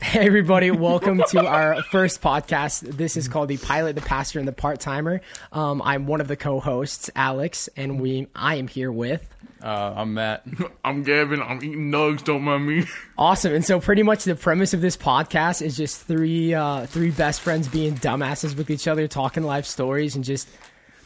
Hey, everybody, welcome to our first podcast. This is called The Pilot, The Pastor, and The Part Timer. Um, I'm one of the co hosts, Alex, and we I am here with. Uh, I'm Matt. I'm Gavin. I'm eating nugs. Don't mind me. Awesome. And so pretty much the premise of this podcast is just three uh, three best friends being dumbasses with each other, talking life stories and just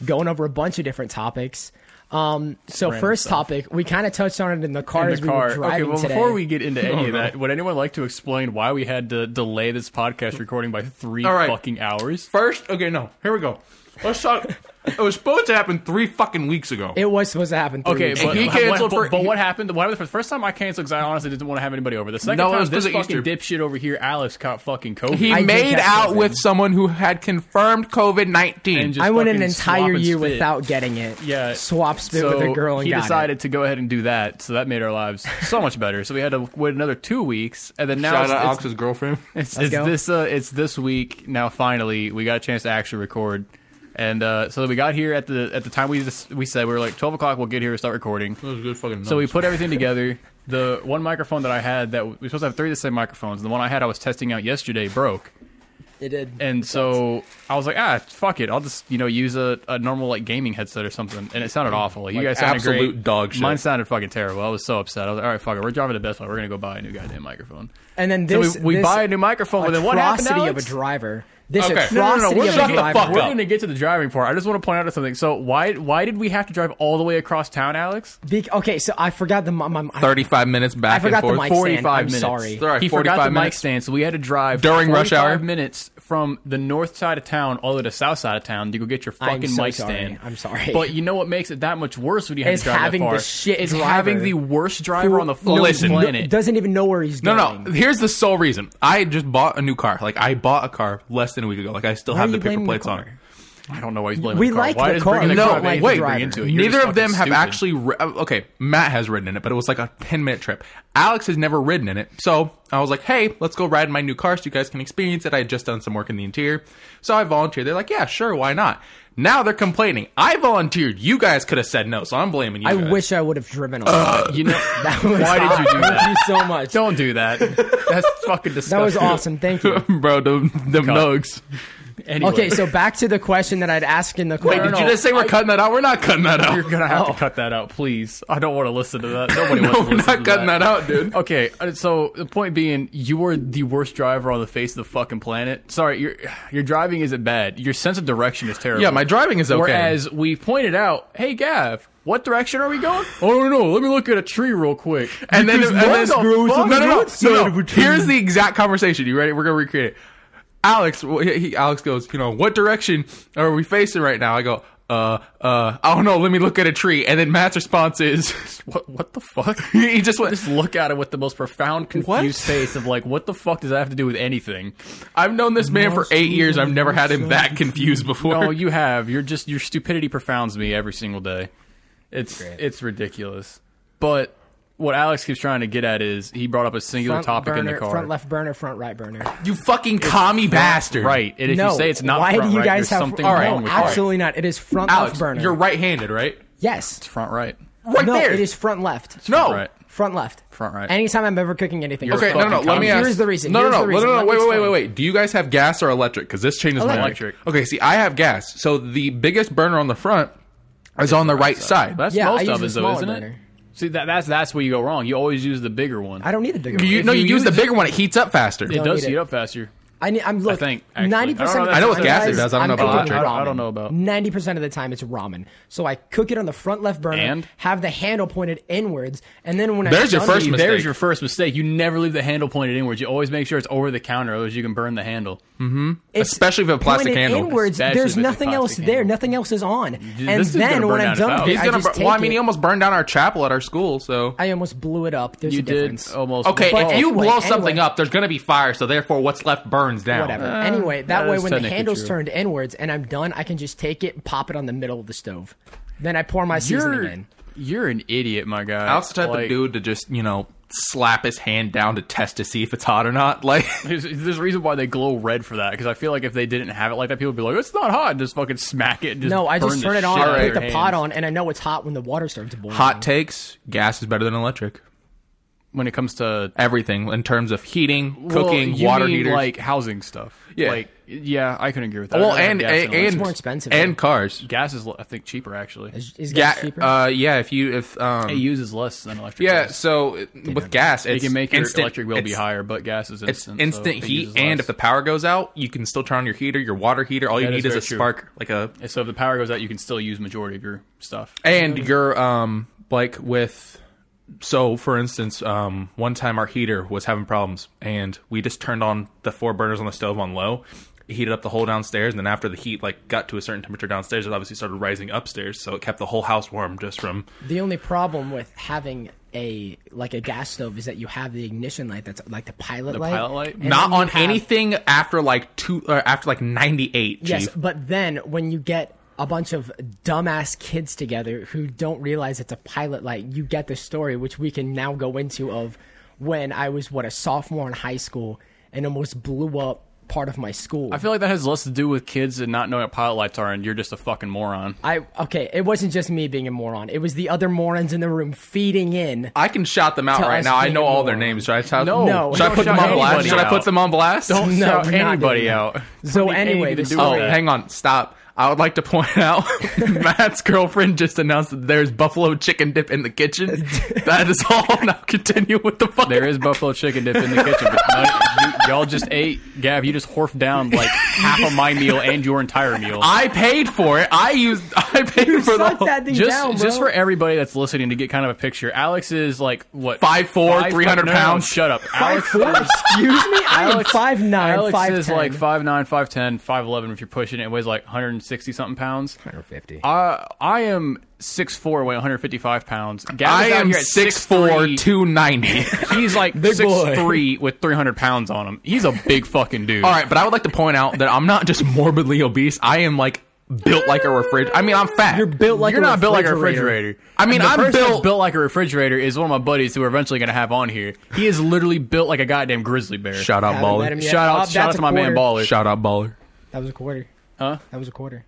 going over a bunch of different topics. Um, so Random first stuff. topic, we kind of touched on it in the car In as the we were car. driving Okay, well, today. Oh, before we get into any of that, would anyone like to explain why we had to delay this podcast recording by three All right. fucking hours? First, okay, no. Here we go. Let's talk. it was supposed to happen three fucking weeks ago. it was supposed to happen. Three Okay, weeks but, ago. he but- canceled but- for- but what happened? What happened the first time I canceled because I honestly didn't want to have anybody over. The second No, it time, was this 'cause of fucking dipshit over here, Alex, caught fucking COVID. he I did made catch out COVID. with someone who had confirmed COVID And nineteen. just I went an fucking swap entire and year spit. without getting it. Yeah, swap spit so with a girl and he got it. decided to go ahead and do that. So that made our lives so much better. So we had to wait another two weeks, and then now Shout it's, out it's- Alex's girlfriend. It's, Let's it's go. this uh, it's this week now. Finally, we got a chance to actually record, and uh, so we got here at the at the time we just, we said we were like twelve o'clock. We'll get here and start recording. was good fucking. So we put everything together. The one microphone that I had that we were supposed to have three of the same microphones. The one I had I was testing out yesterday broke, It did. and so I was like, ah, fuck it. I'll just you know use a, a normal like gaming headset or something, and it sounded awful. Like, you Mm. Like, guys sounded absolute great. dog shit. Mine sounded fucking terrible. I was so upset. I was like, all right, fuck it. We're driving to Best Buy. We're gonna go buy a new goddamn microphone. And then this, so we, we this buy a new microphone, but then what happened? atrocity of a Alex? driver. This Okay. atrocity No, no, no, we're of shut a the driver. fuck We're up. going to get to the driving part. I just want to point out something. So why why did we have to drive all the way across town, Alex? Be- okay, so I forgot the my, my, I, thirty-five minutes back I forgot and the forth. mic Four- stand. I'm minutes. sorry. Sorry, he forgot 45 the mic minutes. stand, so we had to drive During rush 45 hour? minutes from the north side of town all the way to south side of town to go get your I'm fucking so mic sorry. stand. I'm sorry. But you know what makes it that much worse when you have Is to drive having that the far? shit is driver having the worst driver on the who fucking Listen. no- planet. doesn't even know where he's no, going. no. Here's the sole reason. I just bought a new car. Like I bought a car less than a week ago. Like I still Why are have the you paper blaming the plates on car? it. I don't know why he's blaming We the car. like why the does car. bringing the No, car have wait, anything to the bring driver. into it? You're Neither just of them fucking have stupid. actually. Ri- okay, Matt has ridden in it, but it was like a ten minute trip. Alex has never ridden in it, so I was like, "Hey, let's go ride in my new car so you guys can experience it." I had just done some work in the interior, so I volunteered. They're like, "Yeah, sure, why not?" Now they're complaining. I volunteered. You guys could have said no, so I'm blaming you. I guys. wish I would have driven. on that. You know that was Uh, why did you awesome. do that? Thank you so much. Don't do that. That's fucking disgusting. that was awesome. Thank you. bro, them, them nugs. Anyway, Okay, so back to the question that I'd asked in the Wait, car. did no, you just say we're cutting that out? We're not cutting that out. you're gonna have Oh. to cut that out, please. I don't want to listen to that. Nobody no, wants to we're listen not to cutting that. out, dude. Okay, uh, so the point being, you were the worst driver on the face of the fucking planet. Sorry, your your driving isn't bad. Your sense of direction is terrible. Yeah, my driving is okay. Whereas we pointed out, hey Gav, what direction are we going? oh no, let me look at a tree real quick. and then, Because and what then the no, no, fuck? no, no, no. Dude, Here's the exact conversation. You ready? We're gonna recreate it. Alex, well, he, he- Alex goes, you know, what direction are we facing right now? I go, uh, uh, I don't know. Let me look at a tree. And then Matt's response is, What what the fuck? he just went. Just look at it with the most profound confused What? face of like, what the fuck does that have to do with anything? I've known this man for eight years. I've never had him that confused before. No, Oh, you have. You're just your stupidity profounds me every single day. It's it's ridiculous. But what Alex keeps trying to get at is he brought up a singular front topic burner, in the car. Front left burner, front right burner. You fucking commie bastard. Right. And if no. you say it's not why front do you right, guys there's have something no, wrong with absolutely not. It is front Alex, left burner. you're right-handed, right? Yes. front right. Right no, there. it is front left. no. Right. Front left. Front right. Anytime I'm ever cooking anything. it's Okay, front no, no, left. fucking let me commie. ask. Here's the reason. No, Here's no, the no, no, reason. no, Let no, wait, me wait, wait, explain. wait, wait. Do you guys have gas or electric? Because this changes my mind. Electric. Okay, see, I have gas. So the biggest burner on the front is on the right side. That's Yeah, I use most of the it though, smaller isn't it? burner. See that that's that's where you go wrong. You always use the bigger one. I don't need the bigger You, one. no, you, you use the use bigger one. It heats up faster. it does need heat it. up faster. I need, I'm look. think, actually. ninety I don't percent. know I know what gas is. I don't know about electric. I don't know about- Ninety percent of the time, it's ramen. So I cook it on the front left burner, And? have the handle pointed inwards, and then when I There's your done first eating- mistake. There's your first mistake. You never leave the handle pointed inwards. You always make sure it's over the counter, otherwise you can burn the handle. it's especially with a plastic pointed handle. Inwards, Especially there's with a nothing else plastic there. handle. Nothing else is on. and this is gonna then burn when down I'm his done, house. with it, He's I gonna. just bur- take well, I mean, it. he almost burned down our chapel at our school. So I almost blew it up. There's You a did difference. almost okay, But if you anyway, blow anyway. something up, there's gonna be fire. So therefore, what's left burns down. Uh, Whatever. anyway, that, Uh, that way is when the technically handle's true. turned inwards and I'm done, I can just take it and pop it on the middle of the stove. Then I pour my seasoning You're in. you're an idiot, my guy. Alex the type Like, of dude to just you know slap his hand down to test to see if it's hot or not. Like. There's, there's a reason why they glow red for that because I feel like if they didn't have it like that, people would be like, "It's not hot," and just fucking smack it. And just No, I burn just the turn it shit on, out of I put their the pot hands. on, and I know it's hot when the water starts to boil. Hot takes: gas is better than electric. when it comes to Everything in terms of heating, Well, cooking, you water mean, heaters. like housing stuff. Yeah. like yeah, I couldn't agree with that. well, I'd rather and have gas and, than and electric. more expensive, and though. cars. gas is I think cheaper actually. Is, is Yeah, gas cheaper? uh, yeah. If you if um, It uses less than electric. yeah, does. so it- with gas, it it's can make your instant- electric bill be it's- higher, but gas is It's instant. so instant it heat, uses and less. if the power goes out, you can still turn on your heater, your water heater. All you That need is is, very a true. spark, like a And so if the power goes out, you can still use majority of your stuff. and your um like with so for instance um one time our heater was having problems and we just turned on the four burners on the stove on low it heated up the whole downstairs and then after the heat like got to a certain temperature downstairs it obviously started rising upstairs so it kept the whole house warm just from The only problem with having a like a gas stove is that you have the ignition light that's like the pilot light. pilot light? and not then you on have- anything after like two or after like 98 chief Yes, but then when you get a bunch of dumbass kids together who don't realize it's a pilot light, you get the story which we can now go into of when I was what a sophomore in high school and almost blew up part of my school. I feel like that has less to do with kids and not knowing what pilot lights are, and you're just a fucking moron. I okay, it wasn't just me being a moron. It was the other morons in the room feeding in. I can shout them out Tell right us now. I being know all their moron. names. Should I shout? No. No. Should I Don't put them shout on blast? anybody Should I out. put them on blast? Don't No, shout we're not anybody doing that. out. So Don't need anyway, anything to the do with Oh, story- that. hang on, stop. I would like to point out Matt's girlfriend just announced that there's buffalo chicken dip in the kitchen. That is all. Now continue with the fuck. There is buffalo chicken dip in the kitchen, but none, you, y'all just ate. Gav, you just horfed down like half of my meal and your entire meal. I paid for it. I used. I paid for the Suck whole, that thing just, down, bro. just for everybody that's listening to get kind of a picture. Alex is like what 5'4", 300 no, no, no, pounds. shut up, Alex. Excuse me, I am Alex- five nine, Alex five is like 5'9", 5'10", 5'11", If you're pushing it, weighs like one hundred and sixty something pounds. 50. I I am 6'4", weigh one hundred fifty five pounds. Gav I is out am here at 6'4", 6'3". 290. He's like Big six boy. three with three hundred pounds on him. He's a big fucking dude. All right, but I would like to point out that I'm not just morbidly obese. I am like built like a refrigerator. I mean, I'm fat. You're built like You're a not built like a refrigerator. refrigerator. I mean, the I'm person that's built- built like a refrigerator. Is one of my buddies who we're eventually going to have on here. He is literally built like a goddamn grizzly bear. Shout out Haven't let him baller. yet. Shout Oh, out! shout out that's a to my man quarter. Baller. Shout out baller. That was a quarter. Huh? That was a quarter.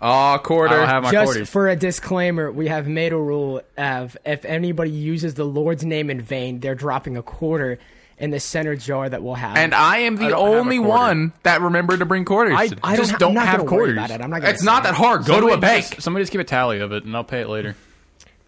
Aw, quarter. I'll have my Just quarters. for a disclaimer, we have made a rule of if anybody uses the Lord's name in vain, they're dropping a quarter in the center jar that we'll have. and I am I the don't have a only quarter. one that remembered to bring quarters. I- today. I don't, just ha- don't I'm not have gonna worry quarters. About it. I'm not gonna It's say not that hard. Go to a Somebody bank. just- somebody just keep a tally of it, and I'll pay it later. it.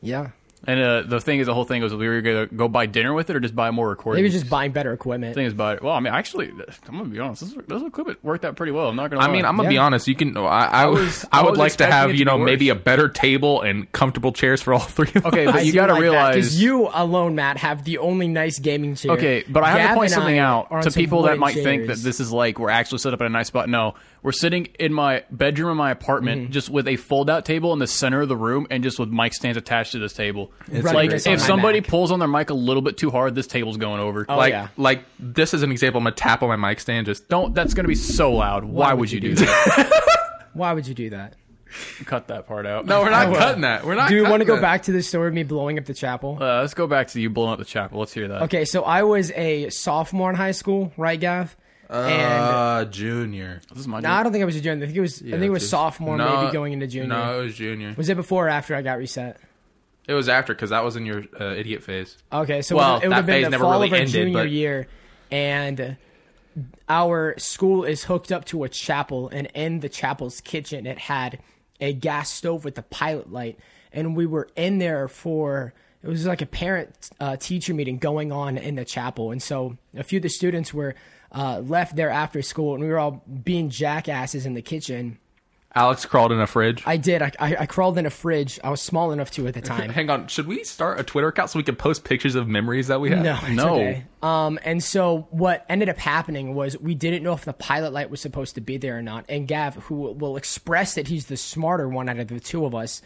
Yeah. And uh, the thing is, the whole thing was we were going to go buy dinner with it, or just buy more recordings. Maybe just buying better equipment. thing is about it. Well, I mean, actually, I'm gonna be honest. This, this equipment worked out pretty well. I'm not gonna. I lie. mean, I'm gonna be Yeah. honest. You can. I, I, was, was- I I would was like to expecting have it to you know be worse. maybe a better table and comfortable chairs for all three. Of okay, us. but I you do got to like that, 'cause realize you alone, Matt, have the only nice gaming chair. Okay, but I have Gab to point and something I out are on to some people wooden that might think that chairs. this is like we're actually set up in a nice spot. No, we're sitting in my bedroom in my apartment, Mm-hmm. just with a fold-out table in the center of the room, and just with mic stands attached to this table. It's Right, like it's if on my somebody Mac. pulls on their mic a little bit too hard, this table's going over. Oh, like yeah. like this is an example. I'm gonna tap on my mic stand. Just don't. That's going to be so loud. Why, would you do that? Why would you do that? Cut that part out. Uh, no, we're not cutting that. We're not. Do you want to cutting go that. back to the story of me blowing up the chapel? Uh, let's go back to you blowing up the chapel. Let's hear that. Okay, so I was a sophomore in high school, right, Gav? and Uh, junior. This is my. no, I don't think I was a junior. I think it was. I think it was sophomore, maybe going into junior. No, it was junior. Was it before or after I got reset? It was after because that was in your uh, idiot phase. Okay, so Well, it would have that been phase the never fall really of our ended, junior but- year, and our school is hooked up to a chapel, and in the chapel's kitchen, it had a gas stove with a pilot light, and we were in there for it was like a parent uh, teacher meeting going on in the chapel, and so a few of the students were uh, left there after school, and we were all being jackasses in the kitchen. Alex crawled in a fridge. I did. I, I, I crawled in a fridge. I was small enough to at the time. Hang on. Should we start a Twitter account so we can post pictures of memories that we have? No, it's No. okay. Um, and so what ended up happening was we didn't know if the pilot light was supposed to be there or not. And Gav, who will express that he's the smarter one out of the two of us,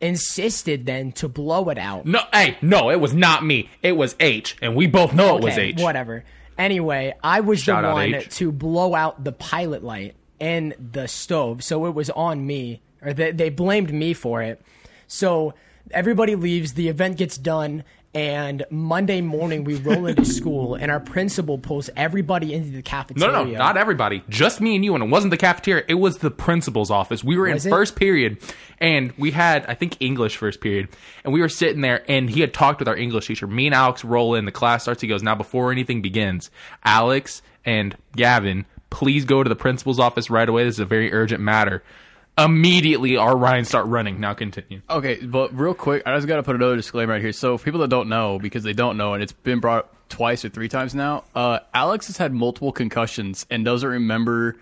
insisted then to blow it out. No, hey, no, it was not me. It was H, and we both know it was Okay, H. Whatever. Anyway, I was Shout the out one H. to blow out the pilot light in the stove, so it was on me, or they, they blamed me for it. So everybody leaves. The event gets done, And Monday morning, we roll into school, and our principal pulls everybody into the No, cafeteria. no, no, not everybody. Just me and you, and it wasn't the cafeteria. It was the principal's office. We were in Was it? first period, and we had, I think, English first period, and we were sitting there, and he had talked with our English teacher. Me and Alex roll in. The class starts. He goes, "Now, before anything begins, Alex and Gavin, please go to the principal's office right away. This is a very urgent matter." Immediately, our Ryan start running. Now continue. Okay, but real quick, I just got to put another disclaimer right here. So, for people that don't know, because they don't know, and it's been brought up twice or three times now, uh, Alex has had multiple concussions and doesn't remember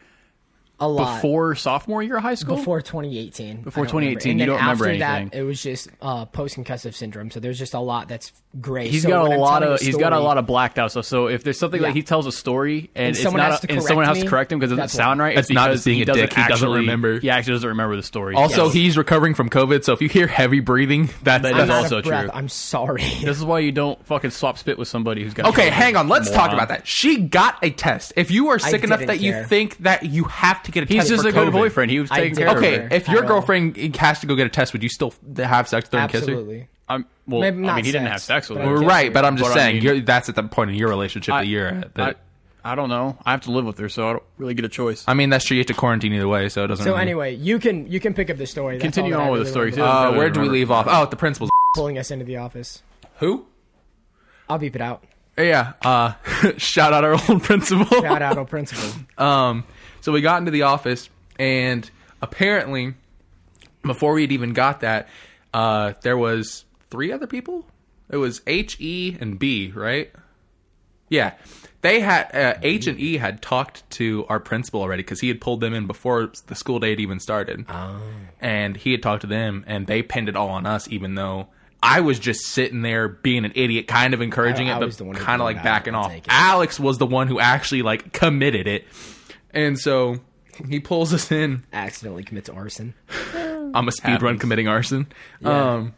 a lot. before sophomore year of high school. before 2018. Before I don't remember. 2018, And you then don't remember after That, anything. it was just uh, post-concussive syndrome. So there's just a lot that's gray. He's so got when a I'm lot telling of a he's got a story- lot of blacked out stuff. So if there's something Yeah. like he tells a story and, it's someone not has to and someone correct has to me, correct him because it doesn't that's sound why. right, it's That's not because just being he a doesn't dick, he doesn't actually- remember. He actually doesn't remember the story. Also, Yes. he's recovering from COVID, so if you hear heavy breathing, That that's, that's is I'm out also of breath. true. I'm sorry. this is why you don't fucking swap spit with somebody who's got Okay, hang on. Let's talk Moron. about that. She got a test. If you are sick enough didn't that care. you think that you have to get a He's test, just for a good COVID. boyfriend. He was I taking did care of her. Okay, Sure. if your I will. girlfriend has to go get a test, would you still have sex during kissing? Absolutely. I'm, well, Maybe I not mean, he didn't have sex, sex with but her. I'm Well, Right, but I'm just But I saying mean- you're, that's at the point in your relationship I- that you're at. I, That, I don't know. I have to live with her, so I don't really get a choice. I, mean, that's true. You have to quarantine either way, so it doesn't. So really- anyway, you can you can pick up the story. That's Continue all that on I with really the story, remember. too. uh, really where do we remember. leave off? Oh, at the principal's. Pulling us into the office. Who? I'll beep it out. Yeah. Uh, shout out our old principal. Shout out, old principal. Um, so we got into the office, and apparently, before we had even got that, uh, there was three other people. It was H, E, and B, right? Yeah, they had uh, H and E had talked to our principal already because he had pulled them in before the school day had even started, Ah. and he had talked to them, and they pinned it all on us, even though. I was just sitting there being an idiot, kind of encouraging I- I it, was the one but who kind of pulled it like out. backing I'll off. take it. Alex was the one who actually like committed it. And so he pulls us in. Accidentally commits arson. I'm a speedrun Happens. committing arson. Um,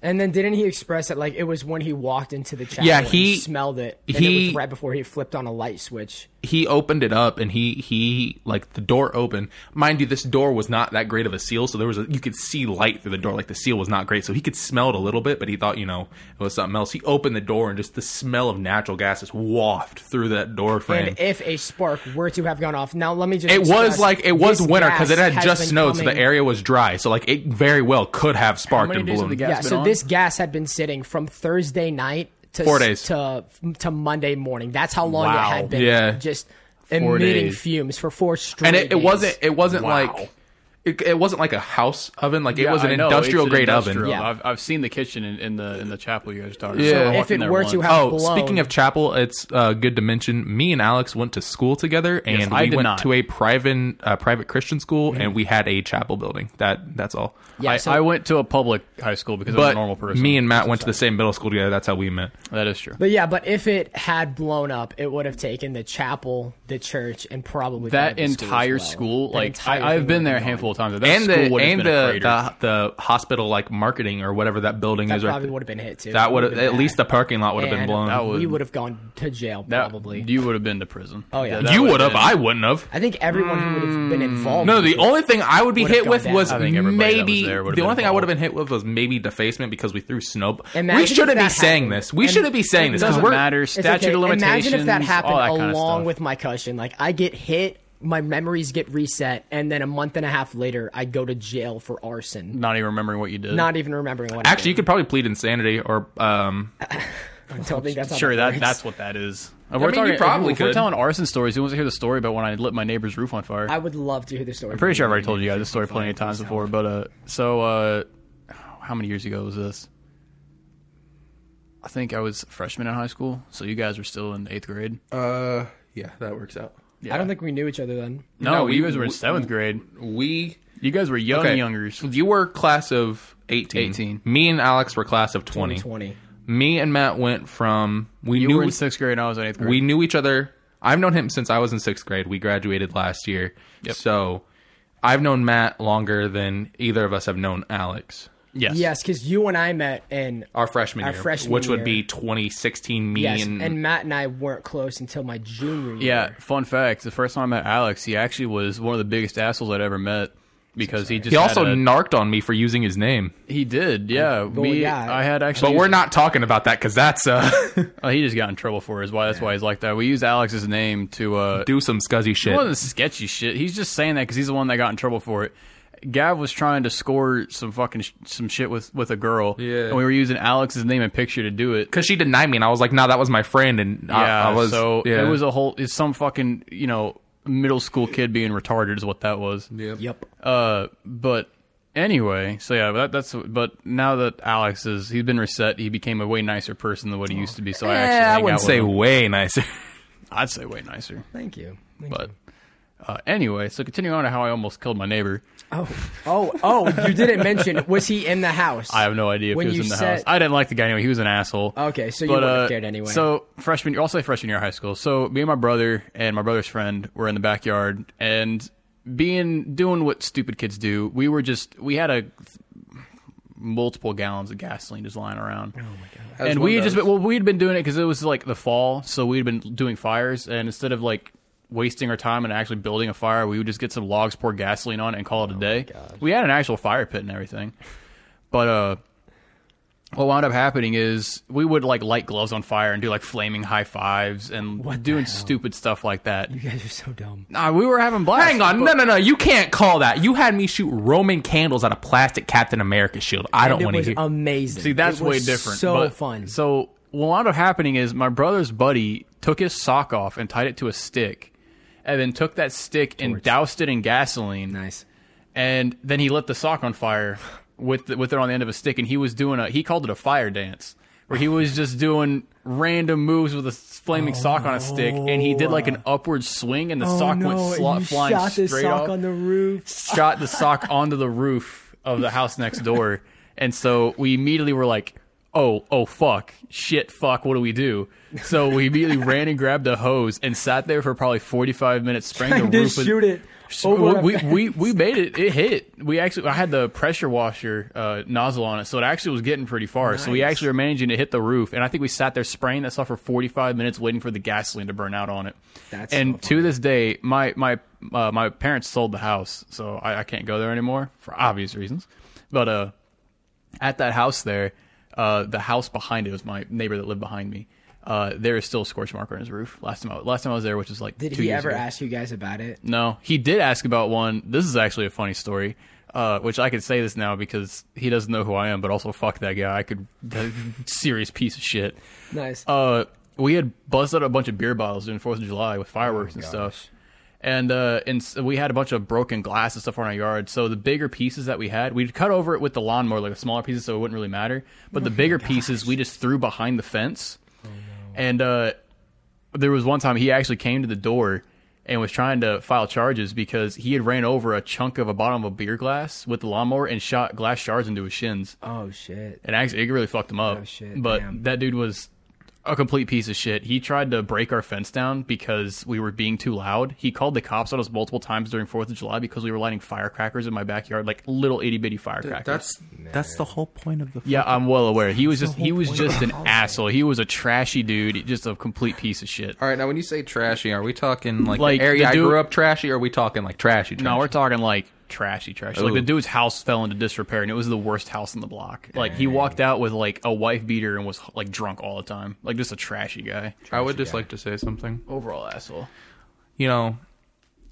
And then didn't he express that like it was when he walked into the chapel? Yeah, and he- smelled it. And it he- was right before he flipped on a light switch. he opened it up and he he like the door opened. Mind you, this door was not that great of a seal, so there was a, you could see light through the door. Like the seal was not great, so he could smell it a little bit, but he thought you know it was something else. He opened the door and just the smell of natural gas just wafted through that door frame. And if a spark were to have gone off, now let me just. It was express, like it was this winter because it gas had has just been snowed, so the coming- area was dry. So like it very well could have sparked many and days of the ballooned. gas Yeah, been so on? this gas had been sitting from Thursday night to Four days. to to Monday morning. That's how long Wow. it had been. Yeah. just Four emitting days. fumes for four straight. and it, it days. wasn't it wasn't Wow. like it, it wasn't like a house oven like it was an I know, it's industrial an grade industrial. oven Yeah. I've, I've seen the kitchen in, in the in the chapel you guys talking Yeah. about. So I if walked in it there were once. to have oh blown, speaking of chapel it's uh, good to mention me and alex went to school together and I we did went not. Mm-hmm. to a private uh, private christian school and we had a chapel building that that's all yeah, I, so I went to a public high school because I'm a but normal person. me and matt went to the same middle school together that's how we met that is true. But yeah, but if it had blown up, it would have taken the chapel, the church, and probably one of That the schools as entire well. school, That like entire I, I've thing been there a would've handful of times. That and school the would have and been a the, crater. the the hospital like marketing or whatever that building gone. is That right probably there. would have been hit too. that would have Would've at been least the bad. parking lot would have been And blown that would- We would have gone to jail That- probably. you would have been to prison. Oh, yeah. that you would would've have i been- wouldn't have I think everyone who would have been involved. Mm. No, would the have- only thing I would be Would've hit gone with down. was I think everybody that was maybe there would've the been only thing I would have involved. been hit with was maybe defacement because we threw snow. Imagine we if shouldn't be that saying happened. this. We Im- shouldn't be saying this because Doesn't we're matter. It's Statute okay. of limitations. Imagine if that happened all that kind of along stuff. with my cushion. Like I get hit, my memories get reset, and then a month and a half later, I go to jail for arson, not even remembering what you did. not even remembering what. actually you could probably plead insanity or um. I, did. I don't think that's how sure that works. that's what that is. If mean, you probably if, we're could. telling arson stories. Who wants to hear the story about when I lit my neighbor's roof on fire? I would love to hear the story. I'm pretty sure I've already told you guys this story plenty of times before, but uh, so uh, how many years ago was this? I think I was a freshman in high school, so you guys were still in eighth grade. Uh, yeah, that works out. I don't think we knew each other then. no, no, you we- guys were in seventh grade. We You guys were young okay. youngers. You were class of eighteen. 18. Me and Alex were class of twenty. Twenty. Me and Matt went from we You knew were in sixth grade, and I was in eighth grade. we knew each other. I've known him since I was in sixth grade. We graduated last year, so I've known Matt longer than either of us have known Alex. yes, Yes, because you and I met in Our freshman Our year, freshman which would year. be 2016. Me yes, and, and Matt and I weren't close until my junior year. Yeah, fun fact: the first time I met Alex, he actually was one of the biggest assholes I'd ever met. because he just He had also a- narked on me for using his name. he did yeah we yeah. I had actually But we're not talking about that because that's uh oh, he just got in trouble for it is why that's why he's like that we used Alex's name to uh do some scuzzy shit. It wasn't sketchy shit. He's just saying that because he's the one that got in trouble for it. Gav was trying to score some fucking sh- some shit with with a girl. Yeah. and we were using Alex's name and picture to do it. Because she denied me, and I was like, "No, that was my friend." And I- Yeah, I, was so yeah. it was a whole. It's some fucking you know middle school kid being retarded is what that was. Yep. Uh, but anyway, so yeah, that, that's but now that Alex is he's been reset, he became a way nicer person than what he used to be. So I Eh, actually I hang wouldn't out with say him. way nicer. I'd say way nicer. Thank you. Thank But uh, anyway, so continuing on to how I almost killed my neighbor. Oh, oh, oh! You didn't mention. Was he in the house? I have no idea if When he was you in the said- house. I didn't like the guy anyway. He was an asshole. uh, Okay, so you would've cared anyway. So freshman, year, I'll say freshman year of high school. So me and my brother and my brother's friend were in the backyard and being doing what stupid kids do. We were just we had a multiple gallons of gasoline just lying around. Oh my god! And one we had does. just been, well we'd been doing it because it was like the fall, so we'd been doing fires, and instead of like wasting our time and actually building a fire, we would just get some logs, pour gasoline on, it, and call Oh, it a day. We had an actual fire pit and everything, but uh. What wound up happening is we would like light gloves on fire and do like flaming high fives and doing stupid stuff like that. you guys are so dumb. Nah, we were having blast. Hang on, no, no, no! You can't call that. You had me shoot Roman candles at a plastic Captain America shield. I don't It want to was hear. amazing. See, that's It was way different. So but- fun. So what wound up happening is my brother's buddy took his sock off and tied it to a stick, and then took that stick and doused it in gasoline. nice. And then he lit the sock on fire with the, with it on the end of a stick, and he was doing a he called it a fire dance, where he was just doing random moves with a s- flaming sock on a stick, and he did like an Oh. upward swing, and the sock went sla- flying shot straight this sock up on the roof. shot the sock onto the roof of the house next door. And so we immediately were like, oh, oh, fuck, shit, fuck, what do we do? So we immediately ran and grabbed a hose and sat there for probably 45 minutes spraying the roof. Just with- shoot it. So Over we, a- we, we made it. It hit. We actually, I had the pressure washer uh, nozzle on it, so it actually was getting pretty far. So we Nice. actually were managing to hit the roof, and I think we sat there spraying that stuff for 45 minutes, waiting for the gasoline to burn out on it. That's and so to this day, my my uh, my parents sold the house, so I, I can't go there anymore for obvious reasons. But uh, at that house there, uh, the house behind it was my neighbor that lived behind me. Uh, there is still a scorch mark on his roof. Last time I last time I was there, which was like Did two he years ever ago. ask you guys about it? No, he did ask about one. This is actually a funny story, uh, which I could say this now because he doesn't know who I am, but also fuck that guy. I could serious piece of shit. Nice. Uh, we had busted up a bunch of beer bottles during Fourth of July with fireworks and stuff, and uh, and so we had a bunch of broken glass and stuff on our yard. So the bigger pieces that we had, we'd cut over it with the lawnmower, like the smaller pieces, so it wouldn't really matter. But the bigger pieces, we just threw behind the fence, and uh, there was one time he actually came to the door and was trying to file charges because he had ran over a chunk of a bottom of a beer glass with the lawnmower and shot glass shards into his shins. oh shit. And actually, it really fucked him up. Oh, shit, but damn. that dude was a complete piece of shit. He tried to break our fence down because we were being too loud. He called the cops on us multiple times during Fourth of July because we were lighting firecrackers in my backyard, like little itty bitty firecrackers. that's the whole point of the. yeah, I'm well aware. He was just he was just an asshole. He was a trashy dude, just a complete piece of shit. All right, now when you say trashy, are we talking like, Like, the area the I dude- grew up trashy? Or are we talking like trashy? trashy? No, we're talking like trashy, trashy. Like Ooh. the dude's house fell into disrepair, and it was the worst house in the block. Like he walked out with like a wife beater and was like drunk all the time. Like just a trashy guy, I would just like to say something. overall asshole. You know,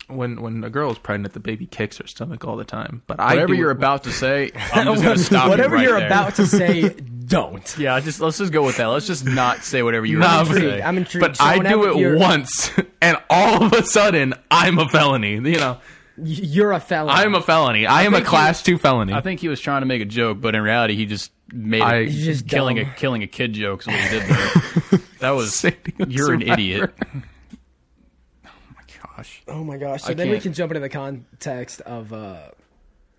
when when a girl is pregnant, the baby kicks her stomach all the time. But I Whatever do- you're about to say, I'm just gonna stop. Whatever you you're right there. about to say, don't. Yeah, just let's just go with that. Let's just not say whatever you're Nah, about to but- say. I'm intrigued. but So I whenever do it you're- once, and all of a sudden I'm a felony. You know, You're a felon. I'm a felony. I, am a think class two felony. I think he was trying to make a joke, but in reality, he just made I- a, He's just killing dumb. a killing a kid joke. Is what he did there. that was Sandy was you're an Survivor. idiot. Oh my gosh. Oh my gosh! So I then we can't- can jump into the context of: uh,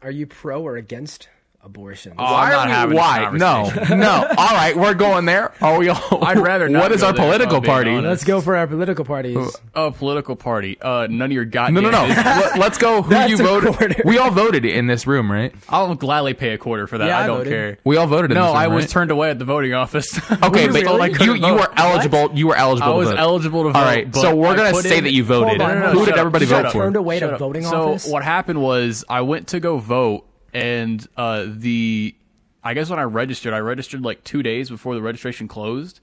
Are you pro or against abortion. Why? I'm not are we- having this why? No, no. All right, we're going there. Are we all? I'd rather not What is go our there, if I'm political being party? honest. Let's go for our political parties. Oh, political party. Uh, none of your goddamn. No, no, no. Let- Let's go. Who That's you a voted? quarter. We all voted in this room, right? I'll gladly pay a quarter for that. Yeah, I I don't voted. care. We all voted. In No, this room, I was right? turned away at the voting office. Okay, you but really? you you were eligible. You were eligible. I to was vote. eligible to vote. All right, but so we're I gonna put say in- that you voted. Hold on, no, no, Who shut did up, everybody shut vote up. for? Turned away Shut to up. voting so office. what happened was I went to go vote, and uh, the I guess when I registered, I registered like two days before the registration closed,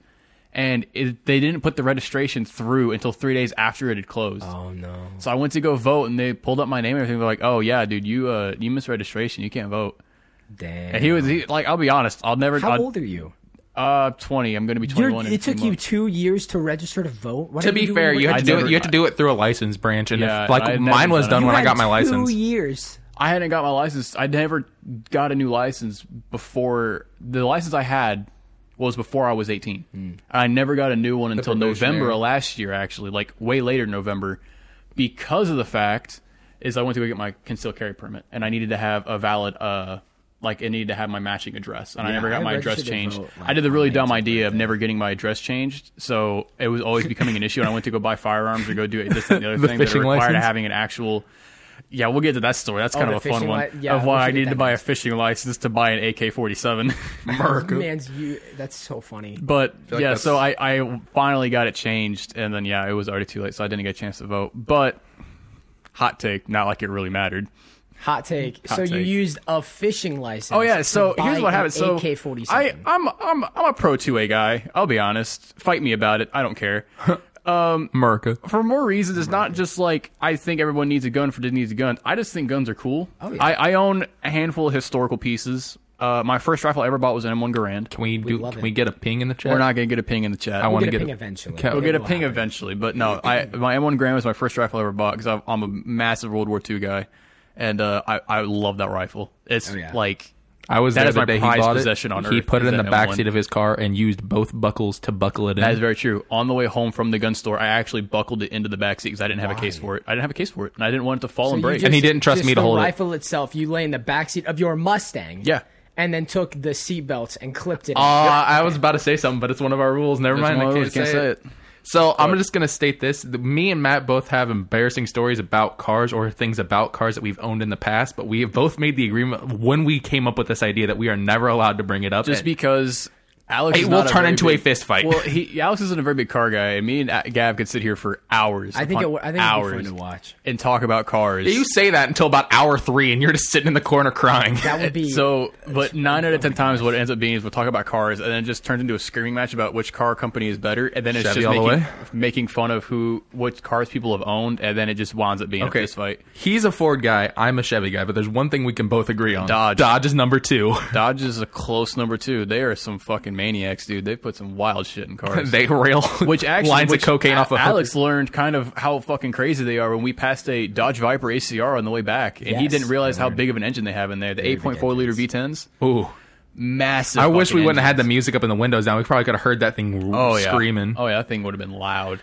and it, they didn't put the registration through until three days after it had closed. Oh no. So I went to go vote, and they pulled up my name and everything. They're like, "Oh yeah, dude, you uh, you missed registration. You can't vote." Damn. And he was he, like, "I'll be honest, I'll never." How I'll- old are you? Uh, twenty. I'm gonna be You're, twenty-one. in it two took you months. two years to register to vote. Why To didn't be fair, do you it- had to I do never- it. You had to do it through a license branch, and Yeah, if, like I'd never mine was done done it. when I got my You had license. Two years. I hadn't got my license. I never got a new license before the license I had was before I was 18. Hmm. And I never got a new one until probationary. November of last year, actually, like way later November, because of the fact is I went to go get my concealed carry permit and I needed to have a valid uh like I needed to have my matching address and I never got I my address registered to changed. vote, like, I did the really on dumb 19th idea of never getting my address changed, so it was always becoming an issue. And I went to go buy firearms or go do this and the other The thing that are fishing required to license? having an actual. Yeah, we'll get to that story. That's Oh, kind the of a fun fishing one li- yeah, of we why I should get needed to that buy a next. fishing license to buy an AK forty seven. Man's you. That's so funny. But like yeah, that's- so I, I finally got it changed, and then yeah, it was already too late, so I didn't get a chance to vote. But hot take, not like it really mattered. Hot take. so you take. used a fishing license. Oh yeah, so to buy here's what an happened. So I AK-47. I'm I'm I'm a pro two A guy. I'll be honest. Fight me about it. I don't care. America. for more reasons. It's not just like I think everyone needs a gun for Disney needs a gun. I just think guns are cool. Oh, yeah. I, I own a handful of historical pieces. Uh, my first rifle I ever bought was an M1 Garand. Can we do? love can it. we get a ping in the chat? We're not gonna get a ping in the chat. I We'll want get to a get ping eventually. Okay, We'll It get a will ping happen. eventually, but no, I my M1 Garand was my first rifle I ever bought because I'm a massive World War II guy, and uh, I I love that rifle. It's Oh, yeah. like I was That there is the my day he prized bought possession it. on He earth, put it is in the that back M1. seat of his car and used both buckles to buckle it in. that is very true. On the way home from the gun store, I actually buckled it into the back seat because I didn't have a case for it. I didn't have a case for it, and I didn't want it to fall So and you break. just- And he didn't trust just me the to hold it. rifle itself. You lay in the backseat of your Mustang. Yeah. And then took the seatbelts and clipped it. in. Uh, I was about to say something, but it's one of our rules. Never mind. I one of can't, those, can't say, say it. So I'm just gonna state this: The- me and Matt both have embarrassing stories about cars or things about cars that we've owned in the past, but we have both made the agreement when we came up with this idea that we are never allowed to bring it up. just And- because Alex It is will not turn very into big- a fist fight. Well, he, Alex isn't a very big car guy, and me and A- Gav could sit here for hours. I think upon it. wa- I think hours it'd be fun to watch. and talk about cars. you say that until about hour three, and you're just sitting in the corner crying. That would be so, but nine out of ten times, what it ends up being is we'll talk about cars, and then it just turns into a screaming match about which car company is better, and then it's Chevy just all the making, way? making fun of who what cars people have owned, and then it just winds up being a fist fight. He's a Ford guy. I'm a Chevy guy. But there's one thing we can both agree on: Dodge. Dodge is number two. Dodge is a close number two. They are some fucking maniacs, dude. They put some wild shit in cars. they rail which actually lines which of cocaine A- off of Alex hookers. learned kind of how fucking crazy they are when we passed a Dodge Viper ACR on the way back, and he Yes. didn't realize how big of an engine they have in there. The 8.4 liter V10s, Ooh. massive. I wish fucking we wouldn't have had the engines. music up in the windows. Now we probably could have heard that thing oh yeah screaming. Oh yeah, that thing would have been loud.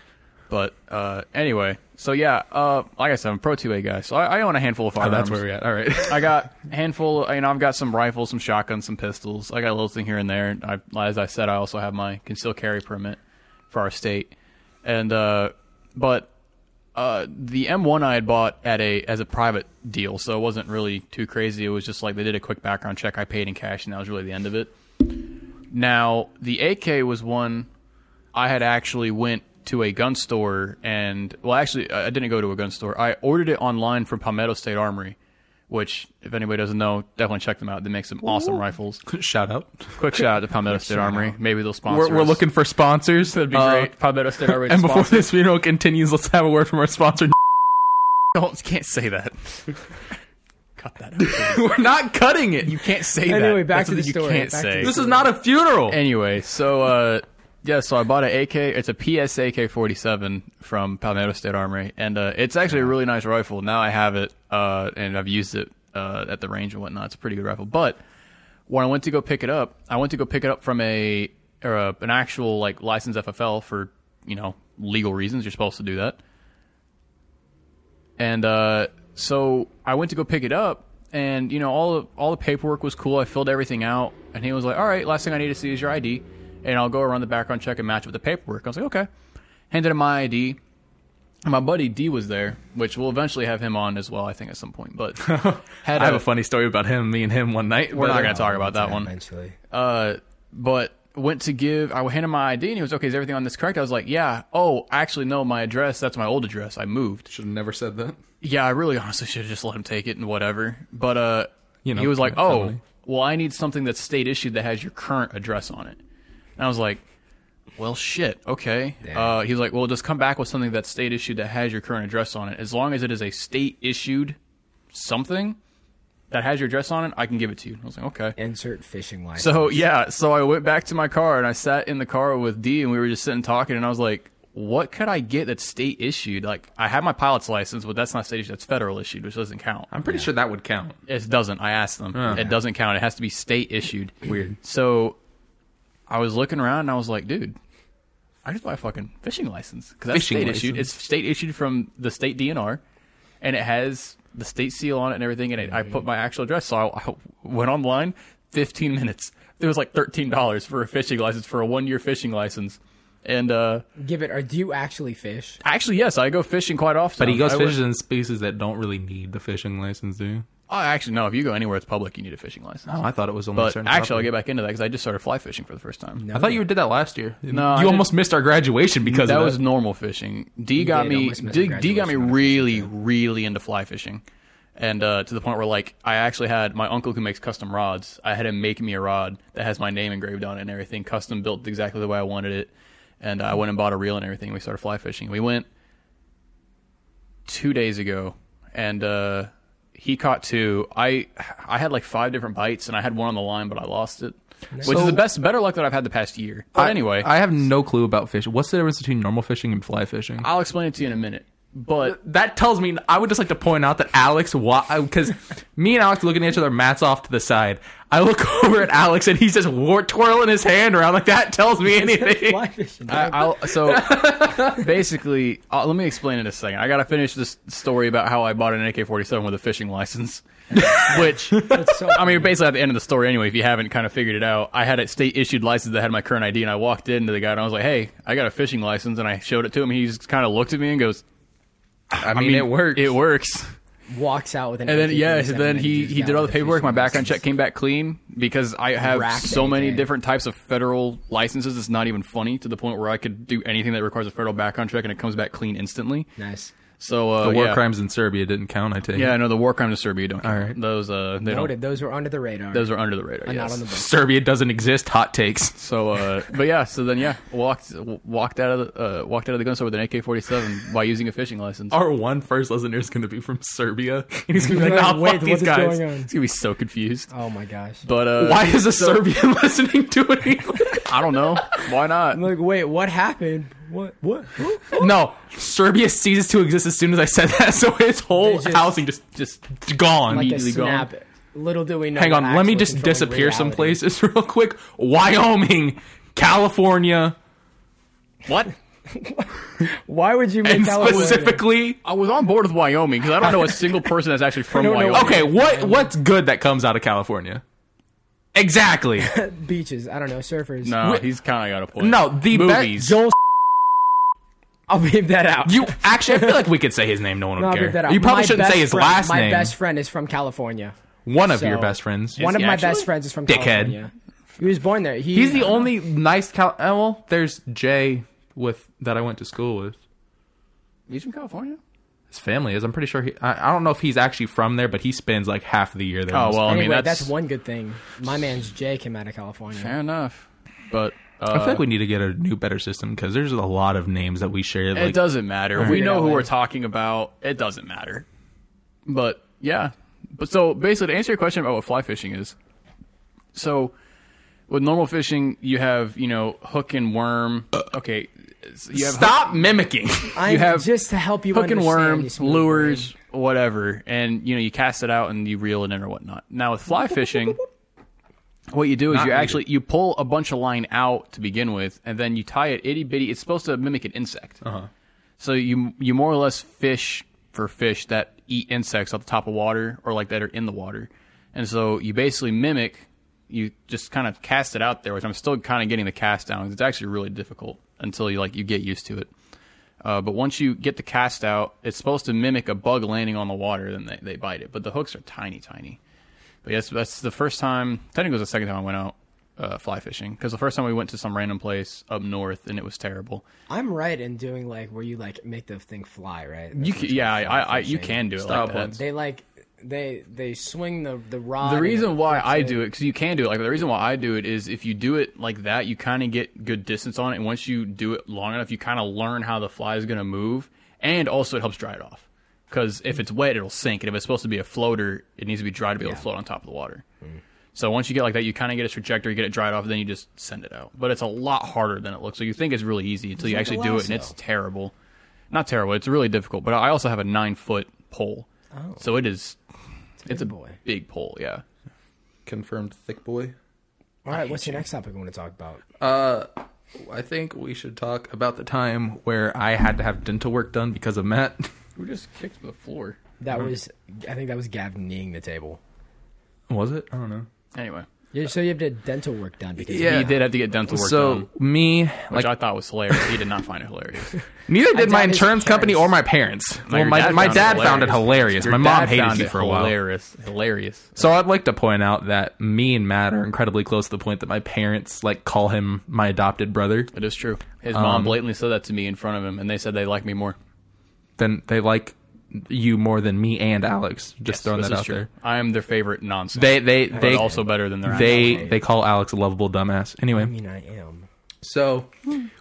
But uh, anyway, so yeah, uh, like I said, I'm a pro 2A guy, so I, I own a handful of Oh, firearms. that's where we're at. All right. I got a handful. You know, I've got some rifles, some shotguns, some pistols. I got a little thing here and there. I, as I said, I also have my concealed carry permit for our state, and uh, but uh, the M1 I had bought at a as a private deal, so it wasn't really too crazy. It was just like they did a quick background check. I paid in cash, and that was really the end of it. Now the AK was one I had actually went to a gun store and well actually I I didn't go to a gun store. I ordered it online from Palmetto State Armory, which if anybody doesn't know, definitely check them out. They make some awesome rifles. Shout out. Quick shout out to Palmetto State Armory. Maybe they'll sponsor We're, we're us. looking for sponsors. That'd Be great. Palmetto State Armory. and before sponsor- this funeral continues, let's have a word from our sponsor. don't can't say that. Cut that. Out. we're not cutting it. You can't say that. Anyway, back That's to the something you story. can't Back to say. the this is not a funeral. Anyway, so uh, yeah, so I bought an AK. It's a PSAK 47 from Palmetto State Armory, and uh, it's actually a really nice rifle. Now I have it, uh, and I've used it uh, at the range and whatnot. It's a pretty good rifle. But when I went to go pick it up, I went to go pick it up from a or a, an actual like licensed FFL for you know legal reasons. You're supposed to do that. And uh, so I went to go pick it up, and you know all the, all the paperwork was cool. I filled everything out, and he was like, "All right, last thing I need to see is your ID, and I'll go around the background check and match it with the paperwork." I was like, "Okay." Handed him my ID. And my buddy D was there, which we'll eventually have him on as well, I think, at some point. But had I have a- a funny story about him, me and him one night. uh, we're but- not going to talk about that one. Eventually. Uh, but went to give. I handed him my ID, and he was okay. Is everything on this correct? I was like, yeah. Oh, actually, no. My address. That's my old address. I moved. Should have never said that. Yeah, I really honestly should have just let him take it and whatever. But uh, You know, he was like, commit oh, felony. well, I need something that's state issued that has your current address on it. And I was like, well, shit. Okay. Uh, he was like, well, just come back with something that's state issued that has your current address on it. As long as it is a state issued something that has your address on it, I can give it to you. I was like, okay. Insert fishing line. So yeah, so I went back to my car and I sat in the car with D and we were just sitting talking and I was like, what could I get that's state issued? Like I have my pilot's license, but that's not state issued. That's federal issued, which doesn't count. I'm pretty sure that would count. It doesn't. I asked them. it doesn't count. It has to be state issued. Weird. So I was looking around and I was like, dude, I just buy a fucking fishing license because that's Fishing state issued. It's license. state issued from the state DNR, and it has the state seal on it and everything. And it, I put my actual address, so I, I went online. Fifteen minutes. It was like thirteen dollars for a fishing license for a one-year fishing license. And uh, Give it. Or do you actually fish? actually, yes, I go fishing quite often. But he goes I went- fishing in spaces that don't really need the fishing license, do you? Oh, actually, no. If you go anywhere that's public, you need a fishing license. Oh, I thought it was only But certain. actually, I'll property. get back into that because I just started fly fishing for the first time. I thought you did that last year. No, I you almost missed our graduation because that of was normal fishing. D got did me. almost miss D, the D got me graduation on really, really into fly fishing, and uh, to the point where like I actually had my uncle who makes custom rods. I had him make me a rod that has my name engraved on it and everything, custom built exactly the way I wanted it. And uh, I went and bought a reel and everything. We started fly fishing. We went two days ago, and uh, he caught two. I I had like five different bites, and I had one on the line, but I lost it, which is the best, better luck that I've had the past year. But anyway, I have no clue about fishing. What's the difference between normal fishing and fly fishing? I'll explain it to you in a minute. But that tells me I would just like to point out that Alex, because me and Alex looking at each other, Matt's off to the side. I look over at Alex and he's just war- twirling his hand around like that tells me anything. Fly fishing. I, I'll, so basically, i let me explain in a second. I gotta finish this story about how I bought an AK-47 with a fishing license, which so I mean, basically at the end of the story anyway. If you haven't kind of figured it out, I had a state issued license that had my current ID, and I walked into the guy and I was like, "Hey, I got a fishing license," and I showed it to him. He just kind of looked at me and goes, I I mean, it works. It works." walks out with an. And then AK-47 yeah, so then and he just he got did all with the a paperwork. My fishing background check license. came back clean because I have Racked so many anything. different types of federal licenses. It's not even funny to the point where I could do anything that requires a federal background check and it comes back clean instantly. Nice. So uh, The war yeah. crimes in Serbia didn't count. I take. it. Yeah, no, the war crimes of Serbia don't. Count. All right. those uh, they don't. Noted. Those were under the radar. Those are under the radar. Not yes. on the book. Serbia doesn't exist. Hot takes. So, uh, but yeah, so then yeah, walked walked out of the uh, walked out of the gun store with an AK forty seven by using a fishing license. Our one first listener is going to be from Serbia, and he's going to be like, Like, "Nah, wait, fuck these what is guys." going on? He's gonna be so confused. Oh my gosh. But uh, Why is a Serbian listening to it? in English? I don't know. Why not? I'm like, wait, what happened? What? What? Who? no, Serbia ceases to exist as soon as I said that, so its whole They just- housing just Just gone. Like a Immediately gone. snap. Little do we know. Hang the on, let me actual just controlling disappear reality. some places real quick. Wyoming, California, what? Why would you make and California? specifically. I was on board with Wyoming because I don't know a single person that's actually from don't know- Wyoming. Okay, what what's good that comes out of California? Exactly. beaches? I don't know, surfers. no, Wh- he's kind of got a point. No, the be- movies. Joel. I'll beep that out. you actually, I feel like we could say his name. No one would I'll care. beep that out. You probably My shouldn't best say his friend- last My name. best friend is from California. one of your so- best friends. One of he my actually? best friends is from Dickhead. California. He was born there. He, He's the only nice Cal. oh, Well, there's Jay with that I went to school with. he's from California. His family is. I'm pretty sure he. I, I don't know if he's actually from there, but he spends like half the year there. Oh well, I Anyway, mean that's, that's... one good thing. My man's Jay came out of California. fair enough, but. I Uh, feel like we need to get a new, better system because there's a lot of names that we share. Like, it doesn't matter. We Figure it know out who we're later. talking about. It doesn't matter. But yeah. But so basically to answer your question about what fly fishing is. So with normal fishing, you have, you know, hook and worok. Okay. s- You have Stop mimicking. I You have just to help you hook, hook and understand worm, this movie. lures, whatever. And, you know, you cast it out and you reel it in or whatnot. Now with fly fishing, what you do is Not you needed. actually you pull a bunch of line out to begin with, and then you tie it itty bitty. It's supposed to mimic an insect. So you you more or less fish for fish that eat insects off the top of water or like that are in the water. And so you basically mimic, you just kind of cast it out there, which I'm still kind of getting the cast down. It's actually really difficult until you like you get used to it. Uh, but once you get the cast out, it's supposed to mimic a bug landing on the water. Then they, they bite it, but the hooks are tiny, tiny. But yes, that's the first time. Technically, it was the second time I went out uh, fly fishing because the first time we went to some random place up north and it was terrible. I'm right in doing like where you like make the thing fly, right? You can, yeah, I, I, I you can do it Style like points. that. They like they they swing the the rod. The and reason it why flips I it. do it because you can do it like that. the reason why I do it is if you do it like that, you kind of get good distance on it, and once you do it long enough, you kind of learn how the fly is going to move, and also it helps dry it off. Because if it's wet, it'll sink, and if it's supposed to be a floater, it needs to be dry to be able to float on top of the water. Mm. So once you get like that, you kind of get its trajectory, get it dried off, and then you just send it out. But it's a lot harder than it looks. So you think it's really easy until you like a actually do it, and lasso. it's terrible. Not terrible. It's really difficult. But I also have a nine foot pole, Oh. so it is. It's a boy. big pole, yeah. Confirmed thick boy. All right, what's your next topic we want to talk about? I think we should talk about the time where I had to have dental work done because of Matt. We just kicked to the floor. That was I think that was Gav kneeing the table. Was it? I don't know. Anyway, Yeah, so you have to have dental work done because Yeah. he did have to get dental work so done, me, which like I thought was hilarious. He did not find it hilarious. neither did I my doubt his insurance company parents- or my parents. well, your my dad my found it dad found it hilarious. hilarious. Your my mom dad hated found me it for a while. Hilarious, hilarious. So I'd like to point out that me and Matt are incredibly close to the point that my parents like call him my adopted brother. It is true. His Um, mom blatantly said that to me in front of him, and they said they like me more. Then they like you more than me and Alex. Just throwing This that is out true. there. I am their favorite nonsense. They they they but also Mm. better than their they actual- they call Alex a lovable dumbass. Anyway, I mean I am. So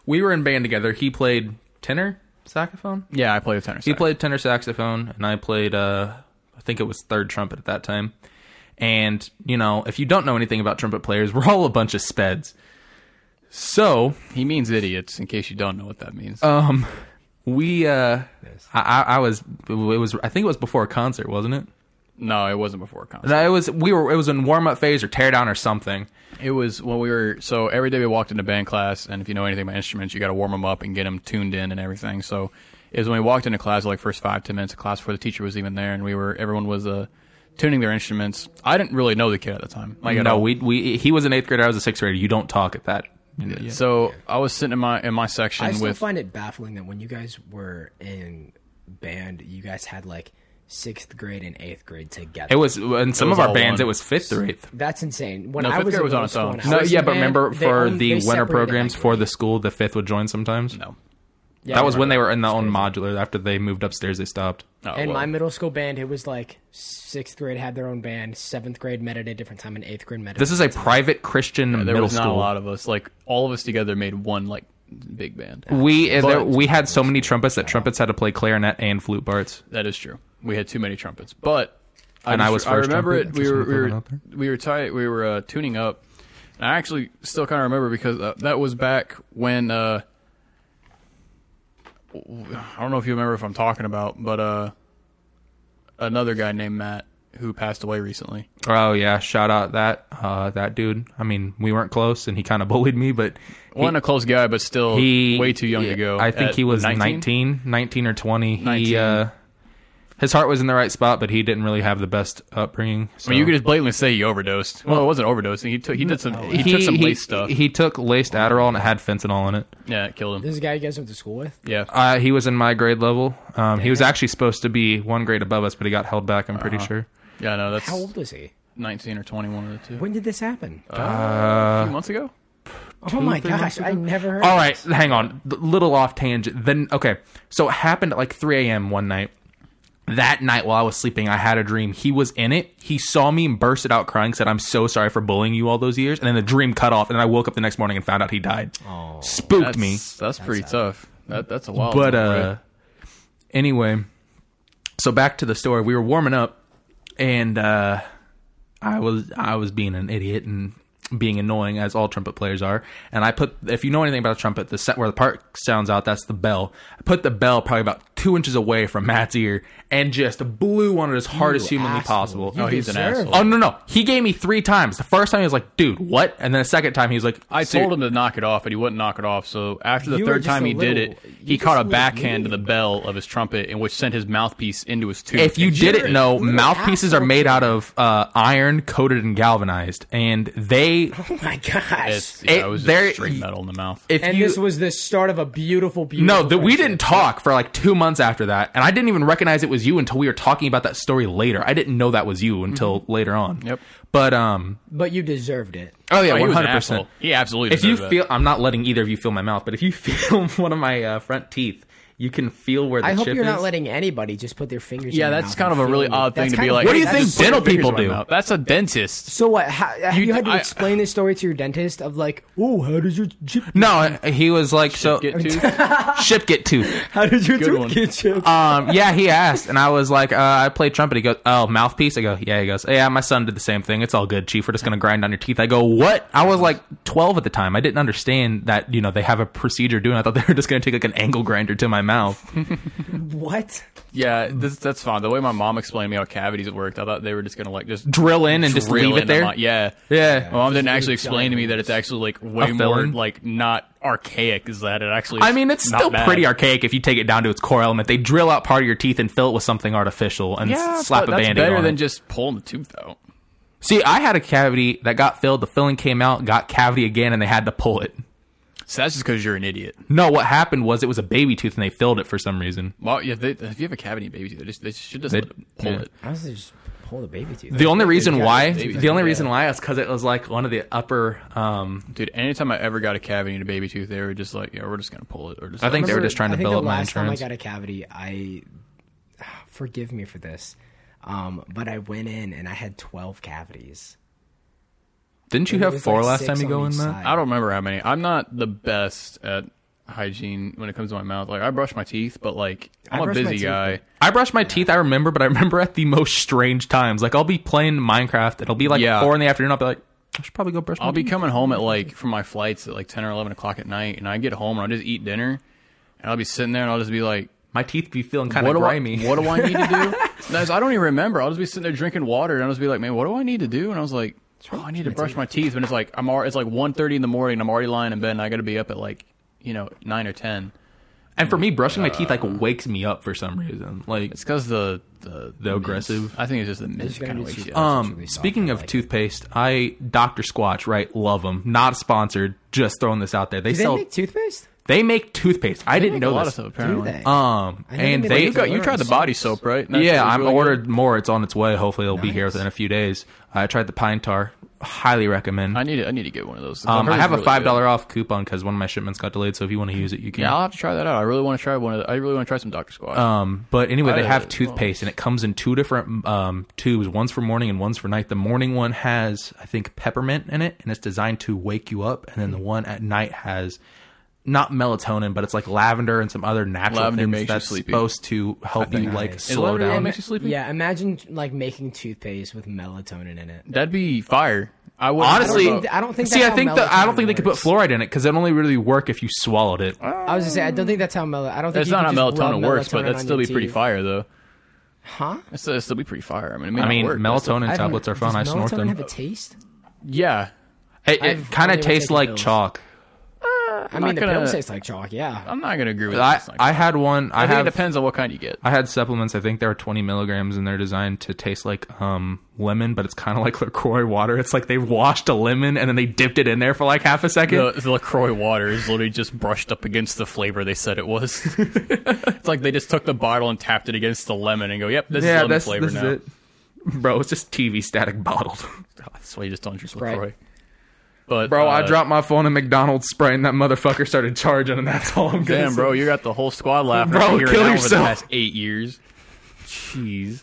we were in band together. He played tenor saxophone. Yeah, I play the tenor. He played tenor saxophone, and I played. Uh, I think it was third trumpet at that time. And you know, if you don't know anything about trumpet players, we're all a bunch of speds. So He means idiots. In case you don't know what that means. um, we uh, I, I I was it was I think it was before a concert, wasn't it? no, it wasn't before a concert. No, It was we were it was in warm up phase or tear down or something. It was when we were so every day we walked into band class, and if you know anything about instruments, you got to warm them up and get them tuned in and everything. So it was when we walked into class, like first five ten minutes of class before the teacher was even there, and we were everyone was uh, tuning their instruments. I didn't really know the kid at the time. Like at no, all. we we he was an eighth grader. I was a sixth grader. You don't talk at that. So I was sitting in my in my I section still with find it baffling that when you guys were in band, you guys had like sixth grade and eighth grade together. It was in some was of our all bands. one. It was fifth or eighth. That's insane. When No, I fifth was grade in was on middle its school own. and I No, No, was in yeah, but band, remember they for only- they the winter separated programs that for the grade. school, the fifth would join sometimes. no. Yeah, That was when right. they were in their own modular. After they moved upstairs, they stopped. Oh, And well. my middle school band, it was like sixth grade had their own band, seventh grade met at a different time, and eighth grade met. At This is a private Christian there middle was not school. a lot of us. Like all of us together made one like big band. We uh, But- there, we had so many trumpets that trumpets had to play clarinet and flute parts. That is true. We had too many trumpets, but And I just- was I first remember it. trumpet. I We just were wanna we throw that were out there. we were tight. We were uh, tuning up, and I actually still kind of remember because uh, that was back when uh, I don't know if you remember if I'm talking about, but uh, another guy named Matt who passed away recently. Oh yeah, shout out that uh, that dude. I mean, we weren't close, and he kind of bullied me, but he, wasn't a close guy, but still he Oh, way too young yeah, to go. I think At he was 19? 19, 19 or twenty. He 19. uh, his heart was in the right spot, but he didn't really have the best upbringing. So. I mean, you could just blatantly say he overdosed. Well, it wasn't overdosing. He took he did some he, took some laced stuff. He took laced Adderall and it had fentanyl in it. yeah, it killed him. this is a guy you guys went to school with. Yeah. Uh, he was in my grade level. Um, he was actually supposed to be one grade above us, but he got held back. I'm Uh-huh. pretty sure. Yeah, no, that's How old was he? 19 or 21 of the two. When did this happen? a Uh, few months ago. oh my three months gosh, I never heard. All right, hang on. L- little off tangent. Then okay, so it happened at like 3 a.m. one night. That night while I was sleeping, I had a dream. He was in it. He saw me and bursted out crying. Said, "I'm so sorry for bullying you all those years." And then the dream cut off. And then I woke up the next morning and found out he died. Spooked That's, me. That's, pretty tough. That, that's a wild but one, uh right? anyway so back to the story we were warming up and uh i was i was being an idiot and being annoying as all trumpet players are and i put if you know anything about a trumpet the set where the part sounds out that's the bell i put the bell probably about two inches away from Matt's ear and just blew on it as hard as humanly asshole. possible. You Oh, he's an deserve asshole. it. Oh no no! He gave me three times. The first time he was like, "Dude, what?" And then the second time he was like, I "Ser- told him to knock it off, and he wouldn't knock it off. So after the You were third just time a he did little- it, you he just caught a little backhand to the bell of his trumpet, in which sent his mouthpiece into his tooth. If you and didn't shit. know, little mouthpieces are asshole made out of uh, iron coated and galvanized, and they Oh my gosh. it's yeah, it- it was there- just straight metal in the mouth. if and you this was the start of a beautiful, beautiful. no that we friendship. didn't talk for like two months after that, and I didn't even recognize it was you until we were talking about that story later. I didn't know that was you until later on. Yep. But um, But you deserved it. oh yeah, Oh, he one was an hundred percent. asshole. He absolutely. If you deserved that. feel, I'm not letting either of you feel my mouth, but if you feel one of my uh, front teeth, you can feel where the I hope chip you're not is. letting anybody just put their fingers. yeah, in your that's mouth kind of and a really feel it. odd thing That's to kind be of- like. What do you "Hey, think just put your dental fingers people in my do?" mouth." That's a dentist. So what? How, have you, You- had to I- explain this story to your dentist of like, oh, how does your chip, No, he was like, so Get to. ship get tooth. how did your tooth one. get chipped? Um, yeah, he asked, and I was like, uh, I played trumpet. He goes, oh, mouthpiece. I go, yeah. He goes, yeah. My son did the same thing. It's all good, chief. We're just gonna grind on your teeth. I go, what? I was like twelve at the time. I didn't understand that you know they have a procedure doing. I thought they were just gonna take like an angle grinder to my mouth. what? Yeah, this, that's fine. The way my mom explained to me how cavities worked, I thought they were just gonna like just drill in and just drill leave in it there. the mi- yeah, Yeah. My mom didn't Just actually leave it explain to me giant. that it's actually like way A more filling? like not archaic. Is that it actually? I is mean, it's not still bad. pretty archaic if you take it down to its core element. They drill out part of your teeth and fill it with something artificial and Yeah, s- slap but a that's band aid better on than it. just pulling the tooth out. See, I had a cavity that got filled. The filling came out, got cavity again, and they had to pull it. So that's just because you're an idiot. No, what happened was it was a baby tooth and they filled it for some reason. Well, yeah, they, if you have a cavity in baby tooth, they, just, they should just They- let it pull yeah. it. I was just pulling the baby tooth. The only reason got why, it. the only reason why is because it was like one of the upper. Um, Dude, anytime I ever got a cavity in a baby tooth, they were just like, yeah, we're just gonna pull it. Or just I think they were remember- just trying to I think build up the my last time I insurance. got a cavity, I forgive me for this, um, but I went in and I had twelve cavities. Didn't you It have was, four like, last six time you on go in each that? side. I don't remember how many. I'm not the best at hygiene when it comes to my mouth. Like I brush my teeth, but like I I'm a brush my busy teeth, guy. I brush my teeth. I remember, but I remember at the most strange times. Like I'll be playing Minecraft. It'll be like Yeah. four in the afternoon. I'll be like, I should probably go brush. my I'll be teeth. coming home at like from my flights at like 10 or 11 o'clock at night, and I get home and I'll just eat dinner, and I'll be sitting there and I'll just be like, my teeth be feeling kind what of do I, grimy. what do I need to do? That's- I don't even remember. I'll just be sitting there drinking water, and I'll just be like, man, what do I need to do? And I was like, oh, I need to brush my teeth. And it's like I'm already, it's like 1.30 in the morning, and I'm already lying in bed, and I got to be up at like you know nine or ten. and for me, brushing my teeth like wakes me up for some reason. Like It's because the the The aggressive. I think it's just the mist gotta kind of be wakes you too- up. Um, speaking of toothpaste, I Dr. Squatch, right? Love them. Not sponsored. Just throwing this out there. They Did sell. they make toothpaste? they make toothpaste. I didn't Like, know a lot this. of stuff Do apparently. they? Um, I know they and make, they. like, You got you Delirium tried the body sauce. soap, right? And that's- yeah, it was I'm really ordered good. more. It's on its way. Hopefully, it'll be here Nice. within a few days. I tried the Pine Tar. Highly recommend. I need to, I need to get one of those. Um, I've heard I it's have a really five good. dollar off coupon because one of my shipments got delayed. So if you want to use it, you can. Yeah, I'll have to try that out. I really want to try one of. The, I really want to try some Doctor Squatch. Um, but anyway, they I- have toothpaste, and it comes in two different um, tubes. One's for morning and one's for night. The morning one has, I think, peppermint in it, and it's designed to wake you up. And then the one at night has not melatonin, but it's like lavender and some other natural Lavender things makes you that's sleepy. supposed to help you like Nice. slow lavender down. makes you sleepy. Yeah, imagine like making toothpaste with melatonin in it. That'd be fire. I would Honestly, I don't think- I don't think See, that's I how think the, I don't think they could put melatonin Ah, fluoride in it because it only really work if you swallowed it. I was gonna say I don't think that's how mel. I don't think That's you not how can just melatonin rub works, melatonin but that'd on still your be pretty teeth. fire, though. Huh? That's that'd still be pretty fire. I mean, it may I not mean, work, but it's still- melatonin I don't- tablets are fun. does I snort melatonin them. Have a taste? Yeah, It, I've it kind only of ever tastes taken like pills. chalk. I mean, the gonna- pills taste like chalk. Yeah. I'm not gonna agree with I, this. Like, I had one. I, I think have it depends on what kind you get. I had supplements. I think they were 20 milligrams, and they're designed to taste like um, lemon, but it's kind of like Lacroix water. It's like they washed a lemon and then they dipped it in there for like half a second. The, the Lacroix water is literally just brushed up against the flavor they said it was. it's like they just took the bottle and tapped it against the lemon and go, "Yep, this is yeah, lemon that's, flavor this now." is it, bro. It's just TV static bottled, That's why you just don't drink Sprite. Lacroix. But bro. I uh, dropped my phone in McDonald's spray, and that motherfucker started charging, and that's all I'm gonna Damn, say. bro, you got the whole squad laughing. Bro, at you right kill now Over yourself. the past eight years. Jeez.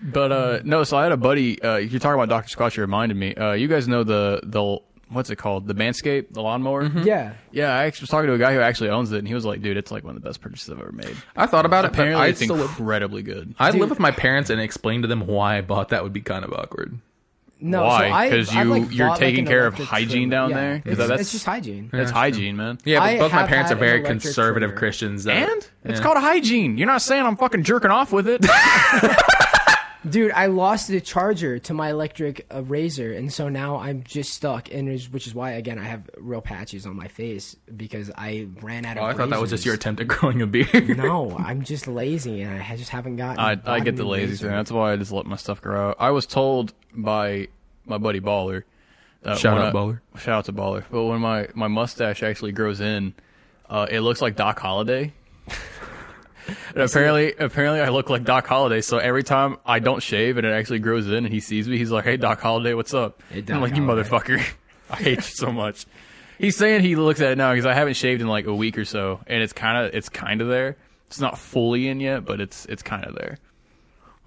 But uh, no, so I had a buddy. Uh, you're talking about Doctor Squatch. You reminded me. Uh, you guys know the the what's it called? The Manscaped, the lawnmower. Yeah. Yeah, I actually was talking to a guy who actually owns it, and he was like, "Dude, it's like one of the best purchases I've ever made." I thought about it, but Apparently, I it's still. incredibly good. I live with my parents and explain to them why I bought that would be kind of awkward. No, so Why? I- Because I've, you like, you're bought, like, taking an care of electric trimmer. hygiene down Yeah. there. 'Cause It's, that's it's just hygiene. that's hygiene, man. Yeah, I but both my have parents are had an very electric conservative trimmer. Christians. that- And it's Yeah. called hygiene. You're not saying I'm fucking jerking off with it. Dude, I lost the charger to my electric uh, razor, and so now I'm just stuck. And it's- which is why, again, I have real patches on my face because I ran out Oh, of. I thought that was just your razors. attempt at growing a beard. no, I'm just lazy, and I ha- just haven't gotten. I, I gotten get a the lazy razor. thing. That's why I just let my stuff grow out. I was told by my buddy Baller. That Shout when out I- Baller. Shout out to Baller. But when my, my mustache actually grows in, uh, it looks like Doc Holliday. and apparently, apparently, I look like Doc Holliday. So every time I don't shave and it actually grows in, and he sees me, he's like, "Hey, Doc Holliday, what's up?" Hey, I'm Doc like, "You Holliday." motherfucker, I hate you so much." He's saying he looks at it now because I haven't shaved in like a week or so, and it's kind of it's kind of there. It's not fully in yet, but it's it's kind of there.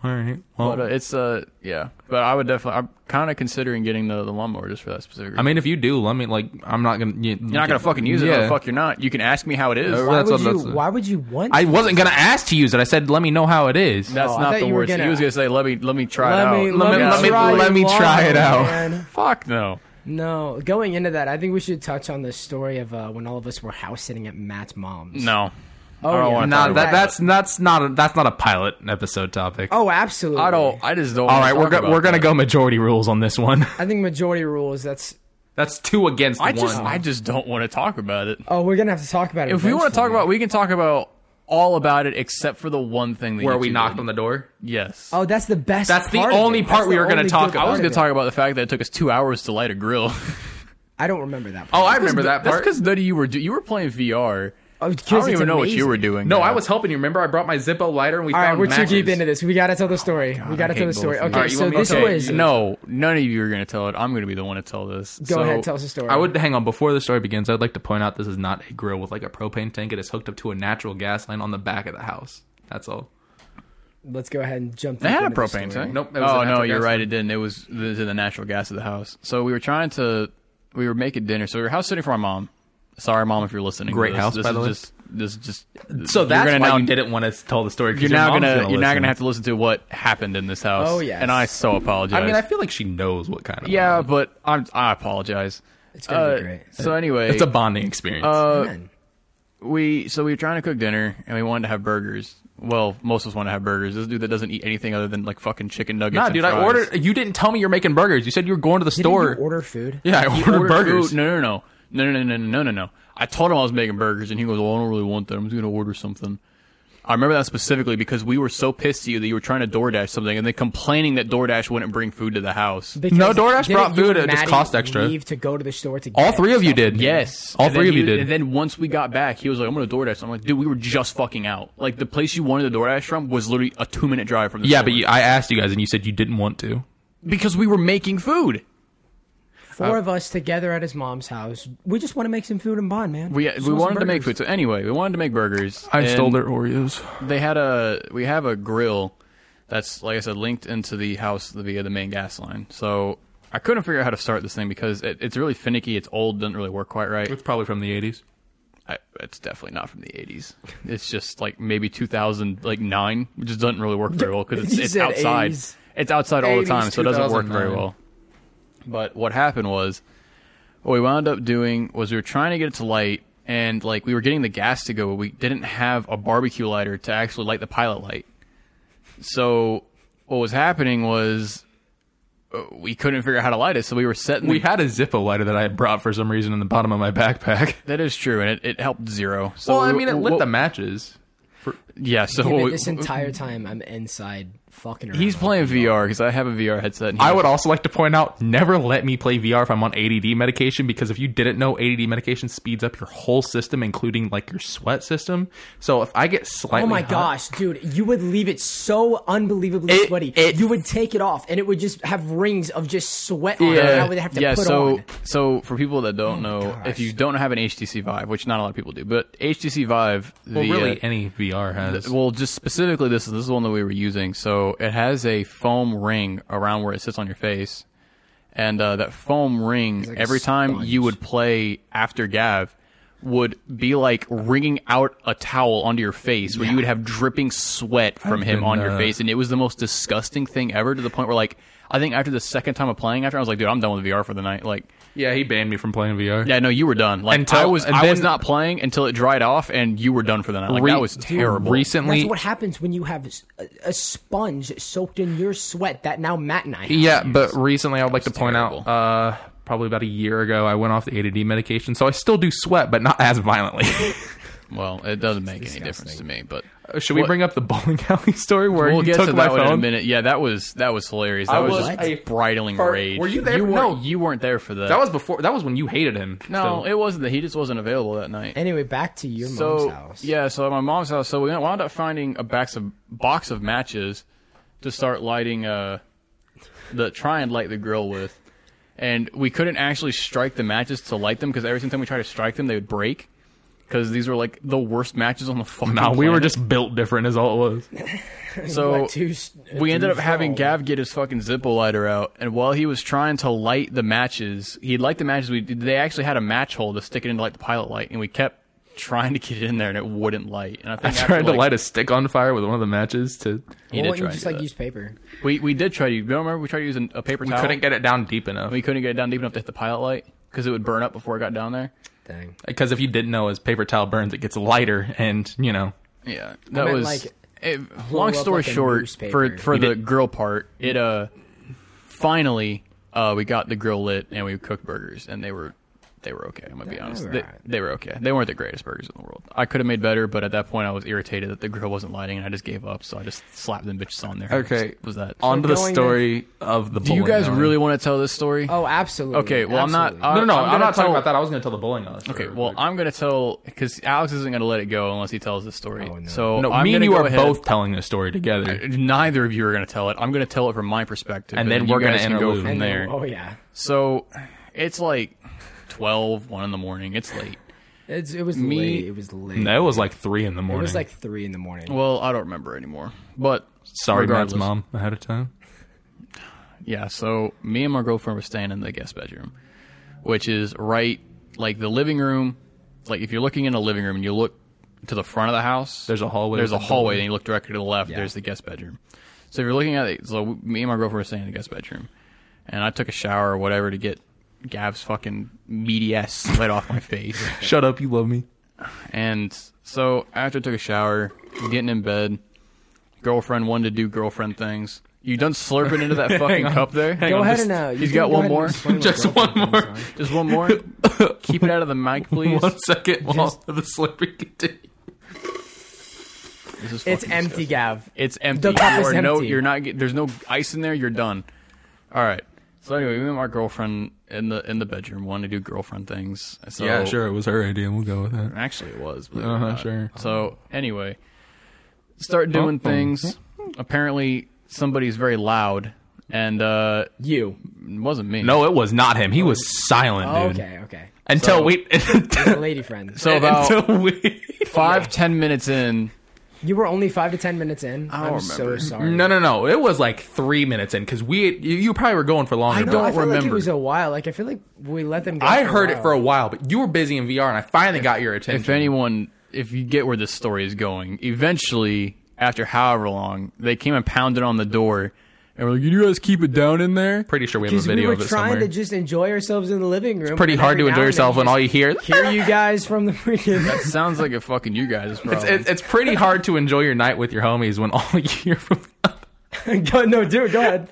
All right. But uh, it's uh yeah. But I would definitely. I'm kind of considering getting the the lawnmower just for that specific. Reason. I mean, if you do, let me like. I'm not gonna. You, you're not gonna fucking use it. Yeah. fuck, you're not. You can ask me how it is. Uh, Why That's would what- you? that's- Why would you want? I wasn't gonna ask to use it. I said, let me know how it is. That's Oh, I not thought the you were worst. gonna- He was gonna say, "Let me let me try let it me out." let, me, Yeah. let me- try let your me try lawn, it out. man. Fuck no. No, going into that, I think we should touch on the story of uh, when all of us were house sitting at Matt's mom's. No. Oh, I don't yeah. wanna No, talk No, about Uh, that, it. that's that's not a, that's not a pilot episode topic. Oh, absolutely. I don't. I just don't. All wanna right, we're talk go, about we're gonna that. go majority rules on this one. I think majority rules. That's. that's two against I one. just I just don't want to talk about it. Oh, we're gonna have to talk about it. If we want to talk eventually. about, we can talk about all about it except for the one thing that where you we two knocked did. on the door. Yes. Oh, that's the best. That's the part of only it. part That's we the were gonna only talk good about. I was part gonna of it. talk about the fact that it took us two hours to light a grill. I don't remember that. Oh, Part. I remember that That's part. because none of you were do- you were playing VR. Oh, I 'cause don't it's even know what you amazing. were doing. No, there. I was helping you. Remember, I brought my Zippo lighter and we All found right, we're too matches. deep into this. We gotta tell the story. we gotta tell I hate the story. both Okay, of you. All right, you so want me to this tell it? was. No, none of you are going to tell it. I'm going to be the one to tell this. Go So, ahead, tell us the story. I would hang on before the story begins. I'd like to point out this is not a grill with like a propane tank. It is hooked up to a natural gas line on the back of the house. That's all. Let's go ahead and jump. They deep had a into the story. propane tank. Nope, it was Oh no, a natural you're gas right. It didn't. It was it was in the natural gas of the house. So we were trying to we were making dinner. So we were house sitting for my mom. Sorry, mom, if you're listening. to Great this. house, This by is the way. just this is just. So that's you're gonna why now, you didn't want to tell the story. 'cause You're your now mom's gonna, you're now listen. gonna have to listen to what happened in this house. Oh, yes. and I so apologize. I mean, I feel like she knows what kind of. yeah, but I'm I apologize. It's gonna uh, be great. So anyway, it's a bonding experience. uh, Man. we so we were trying to cook dinner and we wanted to have burgers. Well, most of us want to have burgers. This dude that doesn't eat anything other than like fucking chicken nuggets. nah, and dude, I fries. ordered. You didn't tell me you're making burgers. You said you were going to the Didn't you store. order food. yeah, I He ordered, burgers. food. No, no, no, no, no, no, no, no, no, no. I told him I was making burgers and he goes, "Well, I don't really want that. I'm just gonna order something." I remember that specifically because we were so pissed at you that you were trying to DoorDash something and then complaining that DoorDash wouldn't bring food to the house. Because No, DoorDash didn't brought you food, and it just Maddie cost extra. Leave to go to the store to get All three of you stuff? did. Yes, all And then three of you he- did. And then once we got back, he was like, "I'm gonna DoorDash." I'm like, "Dude, we were just fucking out. Like the place you wanted the DoorDash from was literally a two minute drive from the yeah, store. but you, I asked you guys, and you said you didn't want to. because we were making food. Four of us together at his mom's house. We just want to make some food and bond, man. We Just we want some wanted to make burgers. food. So anyway, we wanted to make burgers. I and stole their Oreos. They had a we have a grill that's like I said linked into the house via the main gas line. So I couldn't figure out how to start this thing because it, it's really finicky. It's old. Doesn't really work quite right. It's probably from the '80s. I, it's definitely not from the 80s. It's just like maybe 2000, like nine, which just doesn't really work very well because it's, You it's said outside. 80s. It's outside all the 80s, time, so it doesn't work very 2009. well. But what happened was, what we wound up doing was we were trying to get it to light, and like we were getting the gas to go, but we didn't have a barbecue lighter to actually light the pilot light. So what was happening was uh, we couldn't figure out how to light it, so we were setting. We the, had a Zippo lighter that I had brought for some reason in the bottom of my backpack. that is true, and it, it helped zero. So well, I mean, it lit what- the matches. Yeah, so Give it what we- this entire time, I'm inside fucking around. He's playing VR because I have a VR headset. And he I would also like to point out: never let me play VR if I'm on ADD medication, because if you didn't know, ADD medication speeds up your whole system, including like your sweat system. So if I get slightly, Oh my hot- gosh, dude! You would leave it so unbelievably It- sweaty. it- you would take it off, and it would just have rings of just sweat. on it, and I would have to yeah. put So, on. so for people that don't Oh know, if you don't have an HTC Vive, which not a lot of people do, but HTC Vive, Well, the, really, uh, any VR has. Well, just specifically this is this is one that we were using. So it has a foam ring around where it sits on your face, and uh, that foam ring like a every time sponge. you would play after Gav would be like wringing out a towel onto your face where you would have dripping sweat from him been, on your uh, face and it was the most disgusting thing ever to the point where like I think after the second time of playing after I was like dude I'm done with VR for the night like Yeah, he banned me from playing VR. yeah no you were done like Until- I was and I was then- not playing until it dried off and you were done for the night like Re- that was terrible Recently, That's what happens when you have s- a, a sponge soaked in your sweat that now Matt and I. Have. Yeah, but recently I would like to point terrible. out, uh, probably about a year ago, I went off the ADD medication, so I still do sweat, but not as violently. well it doesn't make any difference to me but Should we What- bring up the bowling alley story where we'll he get Uh, took to my that one in a phone? minute yeah that was that was hilarious that I was, was just a- bridling for- rage were you there you for- weren't, no. you weren't there for that That was before. That was when you hated him. no still. it wasn't that he just wasn't available that night Anyway, back to your so mom's house. yeah, so at my mom's house, so we wound up finding a box of box of matches to start lighting uh the try and light the grill with, and we couldn't actually strike the matches to light them because every single time we tried to strike them, they would break because these were like the worst matches on the fucking. no, we were planet. just built different, is all it was. so Like two s- we two ended up having strong. Gav get his fucking Zippo lighter out, and while he was trying to light the matches, he light the matches. We they actually had a match hole to stick it into like the pilot light, and we kept trying to get it in there, and it wouldn't light. And I I think after, tried to like, light a stick on fire with one of the matches to. He Why did wouldn't you try to just do like that. use paper? We we did try to. You don't remember we tried to use an- a paper towel. get it down deep enough. we couldn't get it down deep enough to hit the pilot light because it would burn up before it got down there. Dang. Because if you didn't know, as paper towel burns, it gets lighter, and you know. Yeah, that meant, was. like, it, long up story like a short, for newspaper. for the grill part, it uh, finally uh, we got the grill lit and we cooked burgers and they were they were okay. I'm gonna be honest, they, alright. they were okay. They weren't the greatest burgers in the world. I could have made better, but at that point I was irritated that the grill wasn't lighting and I just gave up. So I just slapped them bitches on there. Okay. was that? Onto the going to- story of the. Do you bowling guys alley. really want to tell this story? Oh, absolutely. Okay, well, I'm not- absolutely. I- No, no, no. I'm I'm, gonna not talking tell- about that. I was going to tell the bowling alley. Okay, story, well, but- I'm gonna tell because Alex isn't gonna let it go unless he tells the story. Oh, no. So No, I'm me and gonna you go are ahead- both telling the story together. Neither of you are gonna tell it. I'm gonna tell it from my perspective, And then we're you gonna guys can go interlude. from And there. then- Oh yeah, So it's like 12, 1 in the morning. It's late. it's, it was Me- late. It was late. No, it was like three in the it morning. was like three in the morning. Well, I don't remember anymore. But sorry, Matt's regardless, mom ahead of time. Yeah, so me and my girlfriend were staying in the guest bedroom, which is right like the living room. Like if you're looking in a living room and you look to the front of the house, There's a hallway There's a with a hallway, door. and you look directly to the left. Yeah. There's the guest bedroom. So if you're looking at it, so me and my girlfriend were staying in the guest bedroom, and I took a shower or whatever to get Gav's fucking meaty ass sweat off my face. Shut up, you love me. And so after I took a shower, getting in bed, girlfriend wanted to do girlfriend things. You done slurping into that fucking cup there? go on, ahead just- and uh, you he's can got go one ahead and more. explain what Just growth one hormones more. are. Just one more. Keep it out of the mic, please. One second while the slurpee continues. This is It's fucking empty, disgusting. Gav. It's empty. The cup you is are No, empty. you're not. get- There's no ice in there. You're done. All right. So anyway, me and my girlfriend in the in the bedroom wanted to do girlfriend things. So Yeah, sure, it was her idea. We'll go with that. Actually, it was. believe it or Uh huh. not. Sure. So anyway, start doing Oh. things. Apparently, somebody's very loud, and uh, You. it wasn't me. No, it was not him. He was silent, dude. Okay, okay. Until we. The lady friend. So about until we. five ten minutes in, You were only five to ten minutes in. I don't I'm so remember. sorry. No, no, no. It was like three minutes in because we. You, you probably were going for longer. I than don't I feel like it remember. was a while. Like I feel like we let them. go I for a heard it while. for a while, but you were busy in VR, and I finally got your attention. if anyone, if you get where this story is going, eventually, after however long, they came and pounded on the door, and were like, "You guys keep it down in there." pretty sure we have a Because we video were of it trying to somewhere. just enjoy ourselves in the living room. pretty and hard every to now and enjoy then yourself when all just you hear. hear you guys from the freaking. That sounds like a fucking you guys problem. It's, it's pretty hard to enjoy your night with your homies when all you hear from. go, no, dude, go ahead.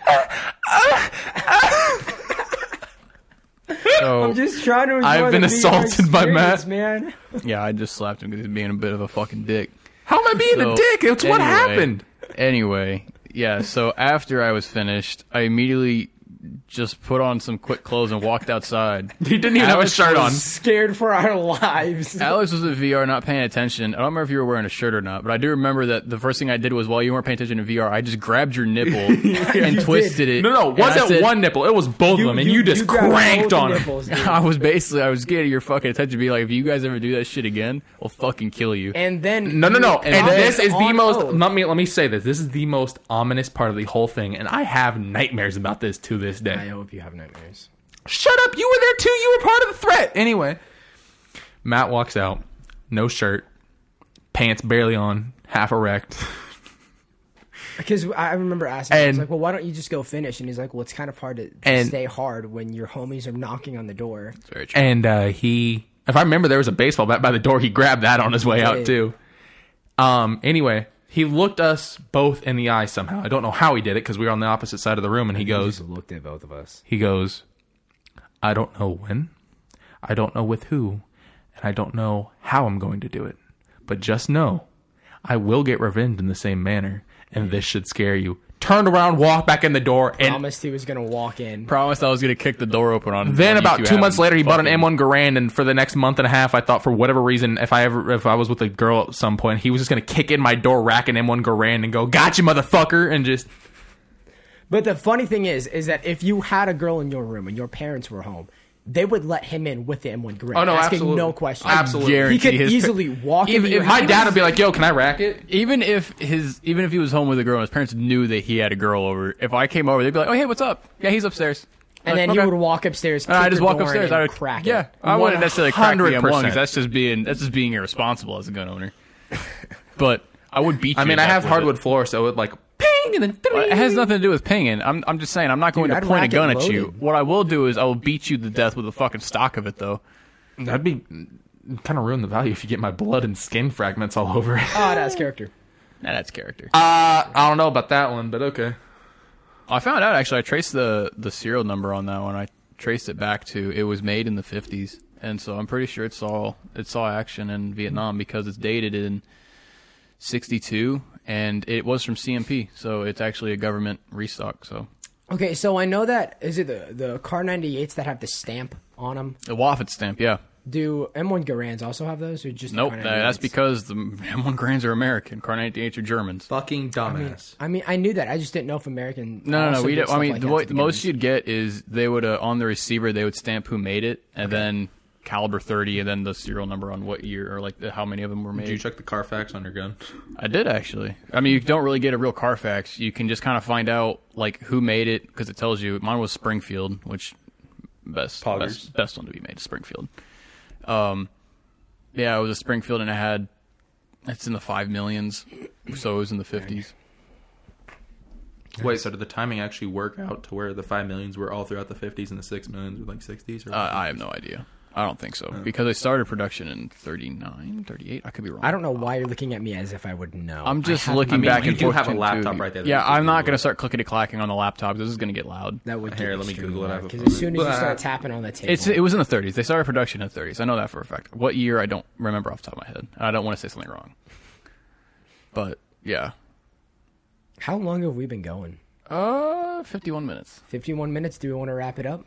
so I'm just trying to. Enjoy I've been the VR assaulted by experience, man. yeah, I just slapped him because he's being a bit of a fucking dick. How am I being So, a dick? It's what anyway- happened. Anyway, yeah, so after I was finished, I immediately just put on some quick clothes and walked outside. He didn't even have a Alex shirt on. was- Scared for our lives. Alex was in VR, not paying attention. I don't remember if you were wearing a shirt or not, but I do remember that the first thing I did was while you weren't paying attention to VR, I just grabbed your nipple and twisted it. No, no, it and I wasn't said- one nipple. It was both of them, and you, just grabbed cranked both on him. nipples, dude. I was basically I was getting your fucking attention, be like, if you guys ever do that shit again, I'll fucking kill you. And then No, no, no. you And popped this is the on most. oath. Let me let me say this. This is the most ominous part of the whole thing, and I have nightmares about this to this day. I hope you have nightmares. Shut up! You were there too. You were part of the threat. Anyway, Matt walks out, no shirt, pants barely on, half erect. Because I I remember asking, him, I was And- like, "Well, why don't you just go finish?" And he's like, "Well, it's kind of hard to And- stay hard when your homies are knocking on the door." Very true. And uh, he, if I remember, there was a baseball bat by the door. He grabbed that on his way out did. too. Um. Anyway, he looked us both in the eye somehow. I don't know how he did it because we were on the opposite side of the room, and he goes, Just looked at both of us. he goes, I don't know when, I don't know with who, and I don't know how I'm going to do it. But just know, I will get revenge in the same manner, and this should scare you. Turned around, walked back in the door, and Promised he was gonna walk in. Promised I was gonna kick the door open on. then on you about two having months later, he bought an fucking- M1 Garand, and for the next month and a half, I thought for whatever reason, if I ever if I was with a girl at some point, he was just gonna kick in my door, rack an M1 Garand, and go, "Gotcha, motherfucker!" and just But the funny thing is, is that if you had a girl in your room and your parents were home, they would let him in with the M1 grip. Oh, no, asking absolutely. no questions. Absolutely. he could Guarantee his- easily walk even in. if my dad would be like, "Yo, can I rack it?" Even if his, even if he was home with a girl, and his parents knew that he had a girl over. If I came over, they'd be like, "Oh, hey, what's up? Yeah, he's upstairs." and Like, then he okay. would walk upstairs. And I kick just the walk door in upstairs. and I would crack Yeah, it. I wouldn't necessarily crack the M1 100%. because that's just being that's just being irresponsible as a gun owner. But I would beat. You I mean, to I death have with hardwood It. floor, so it like ping and then It has nothing to do with pinging. I'm, I'm just saying I'm not going Dude, to I'd point a rack it gun at loaded. you. What I will do is I will beat you to death with a fucking stock of it though. That'd be kind of ruin the value if you get my blood and skin fragments all over it. Oh, that's character. Nah, that's character. Uh, I don't know about that one, but okay. I found out actually. I traced the the serial number on that one. I traced it back to it was made in the 50s, and so I'm pretty sure it saw it saw action in Vietnam because it's dated in 62, and it was from CMP, so it's actually a government restock. So Okay, so I know that is it the the car 98s that have the stamp on them. the Waffet stamp, yeah. Do M1 Garands also have those, or just the Nope, car that- that's 98s? because the M1 Grands are American. Car 98s are Germans. Fucking dumbass. I mean I knew that. I just didn't know if American. No, no, no. also did We don't, I stuff mean, like the, that mo- to the the most guns. you'd get is they would uh, on the receiver they would stamp who made it, and then caliber 30, and then the serial number on what year or like how many of them were made. Did you check the Carfax on your gun? I did actually. I mean, you don't really get a real Carfax. You can just kind of find out like who made it because it tells you. Mine was Springfield, which best Poggers. best best one to be made is Springfield. Um, yeah, it was a Springfield, and it had it's in the five millions, so it was in the fifties. Wait, so did the timing actually work out to where the five millions were all throughout the fifties and the six millions were like sixties? Or Uh, I have no idea. I don't think so because I started production in 39, 38. I could be wrong. I don't know why you're looking at me as if I would know. I'm just I have- looking I mean, back you and do forth have a between laptop two. right there that Yeah, you can I'm not Google going to it. start clickety clacking on the laptop. This is going to get loud. That would Here, get let me extremely Google it. I loud, have a 'cause phone. as soon as you Blah. start tapping on that table, It's it was in the 30s. They started production in the 30s. I know that for a fact. What year I don't remember off the top of my head. And I don't want to say something wrong. But yeah, how long have we been going? uh, 51 minutes. 51 minutes. Do we want to wrap it up?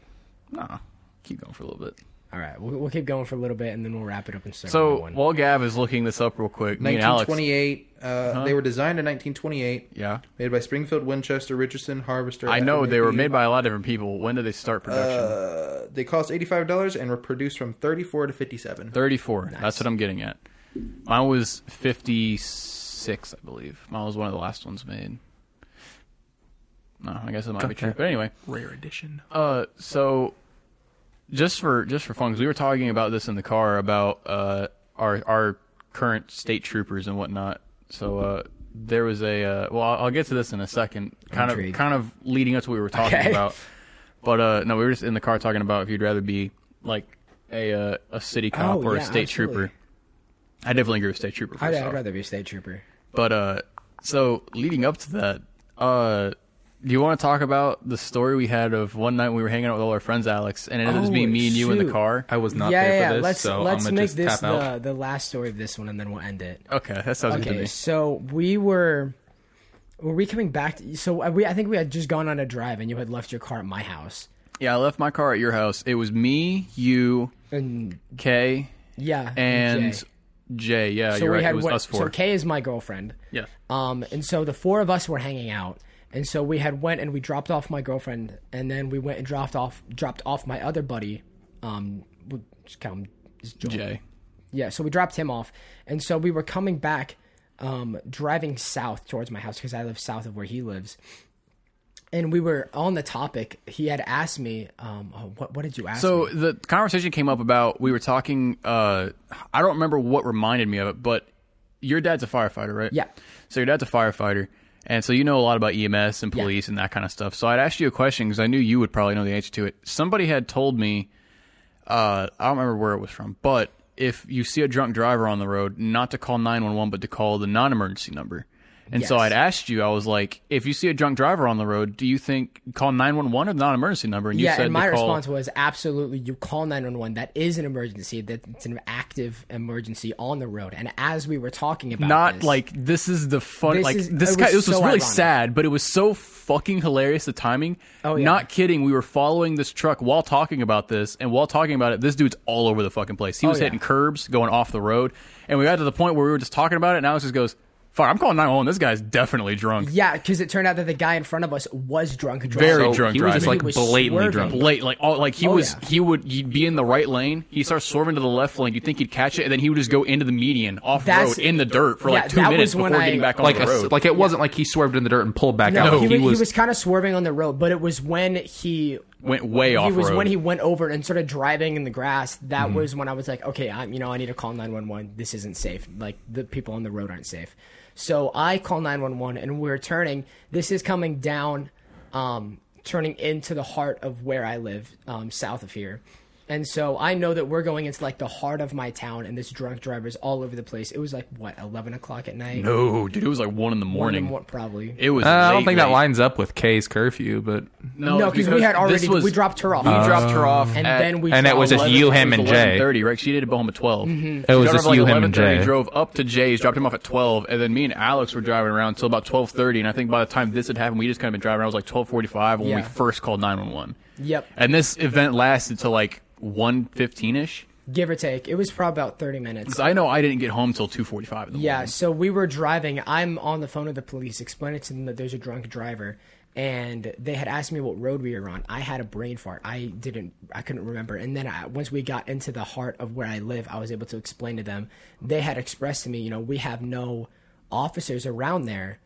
Nah, keep going for a little bit. All right, we'll, we'll keep going for a little bit and then we'll wrap it up in segment So one. while Gav is looking this up real quick, me and Alex. Uh-huh. 1928. Uh, They were designed in 1928. Yeah, Made by Springfield, Winchester, Richardson, Harvester. I know they were FMAP. made by a lot of different people. When did they start production? Uh, they cost eighty-five dollars and were produced from thirty-four to fifty-seven. 34. That's what I'm getting at. Mine was 56, I believe. Mine was one of the last ones made. No, I guess it might be true. But anyway, Rare edition. uh, so just for just for fun, 'cause we were talking about this in the car about uh, our our current state troopers and whatnot. So uh, there was a uh, well, I'll, I'll get to this in a second. Kind intrigued. of kind of leading up to what we were talking Okay. about. But uh, no, we were just in the car talking about if you'd rather be like a uh, a city cop Oh, or yeah, a state absolutely. trooper. I definitely agree with state trooper. I'd, First I'd off. rather be a state trooper. But uh, so leading up to that, uh, do you want to talk about the story we had of one night we were hanging out with all our friends, Alex, and it ended up Oh, being me and you in shoot. the car? I was not yeah, there yeah, for yeah. this, let's so let's I'm gonna make just this tap out. the, the last story of this one and then we'll end it. Okay, that sounds good to Okay, me. so we were were we coming back? To, so uh, we I think we had just gone on a drive and you had left your car at my house. Yeah, I left my car at your house. It was me, you, And Kay, yeah, and Jay. Jay. Yeah, so you're we right. had It was what- us So four. Kay is my girlfriend. yeah. Um, and so the four of us were hanging out, and so we had went and we dropped off my girlfriend, and then we went and dropped off dropped off my other buddy. Um, we'll just count him as Joel. Jay. Yeah, so we dropped him off, and so we were coming back, um, driving south towards my house because I live south of where he lives, and we were on the topic. He had asked me, um, oh, what, what did you ask So me? the conversation came up about we were talking. Uh, I don't remember what reminded me of it, but your dad's a firefighter, right? Yeah. So your dad's a firefighter, and so you know a lot about EMS and police and that kind of stuff. So I'd asked you a question because I knew you would probably know the answer to it. Somebody had told me, uh, I don't remember where it was from, but if you see a drunk driver on the road, not to call nine one one, but to call the non emergency number. And so Yes. I'd asked you, I was like, if you see a drunk driver on the road, do you think call 911 or the non emergency number? And you Yeah, said and my to call, response was absolutely. You call nine one one. That is an emergency. That's an active emergency on the road. And as we were talking about, not this- like this is the fun This like is- this it guy was this was so really ironic. sad but it was so fucking hilarious the timing Oh, yeah. not kidding we were following this truck while talking about this and while talking about it this dude's all over the fucking place he was Oh, yeah. hitting curbs going off the road and we got to the point where we were just talking about it and alex just goes fuck i'm calling 911 this guy's definitely drunk yeah, because it turned out that the guy in front of us was drunk. driving. Very So drunk he was just like driving. He was blatantly swerving. drunk. late like all like he Oh, was yeah. he would he'd be in the right lane he starts swerving to the left lane you think he'd catch it and then he would just go into the median off That's- road in the dirt for Yeah, like two that was minutes when before I- getting back on Like the a, road like it wasn't like he swerved in the dirt and pulled back out. No, he, he, was, was, he was kind of swerving on the road, but it was when he went way off it was road. Mm-hmm. when he went over and started driving in the grass. That was when I was like, okay, I'm you know I need to call nine one one. This isn't safe. Like the people on the road aren't safe. So I call nine one one, and we're turning. This is coming down, um, turning into the heart of where I live, um, south of here. And so I know that we're going into like the heart of my town, and this drunk driver's all over the place. It was like what eleven o'clock at night. No, dude, it was like one in the One in morning. the mor- probably. It was. uh, I don't late, think that late. lines up with K's curfew, but No, because we had this already was- we dropped her off. We dropped her off, and at then we Mm-hmm. and it was just 11, you, him, and Jay. Thirty, right? She did it home at 12 It was She just drove, like, you, him, and 11:30, Jay. Drove up to Jay's, dropped him off at twelve, and then me and Alex were driving around till about twelve thirty. And I think by the time this had happened, we just kind of been driving. around. It was like twelve forty five when we Yeah. first called nine one one. Yep. And this event lasted till like one fifteen ish. give or take. It was probably about thirty minutes. I know I didn't get home till two forty five. Yeah, so we were driving. I'm on the phone with the police, explaining to them that there's a drunk driver, and they had asked me what road we were on. I had a brain fart. I didn't, I couldn't remember. And then I, once we got into the heart of where I live, I was able to explain to them. They had expressed to me, you know, we have no officers around there.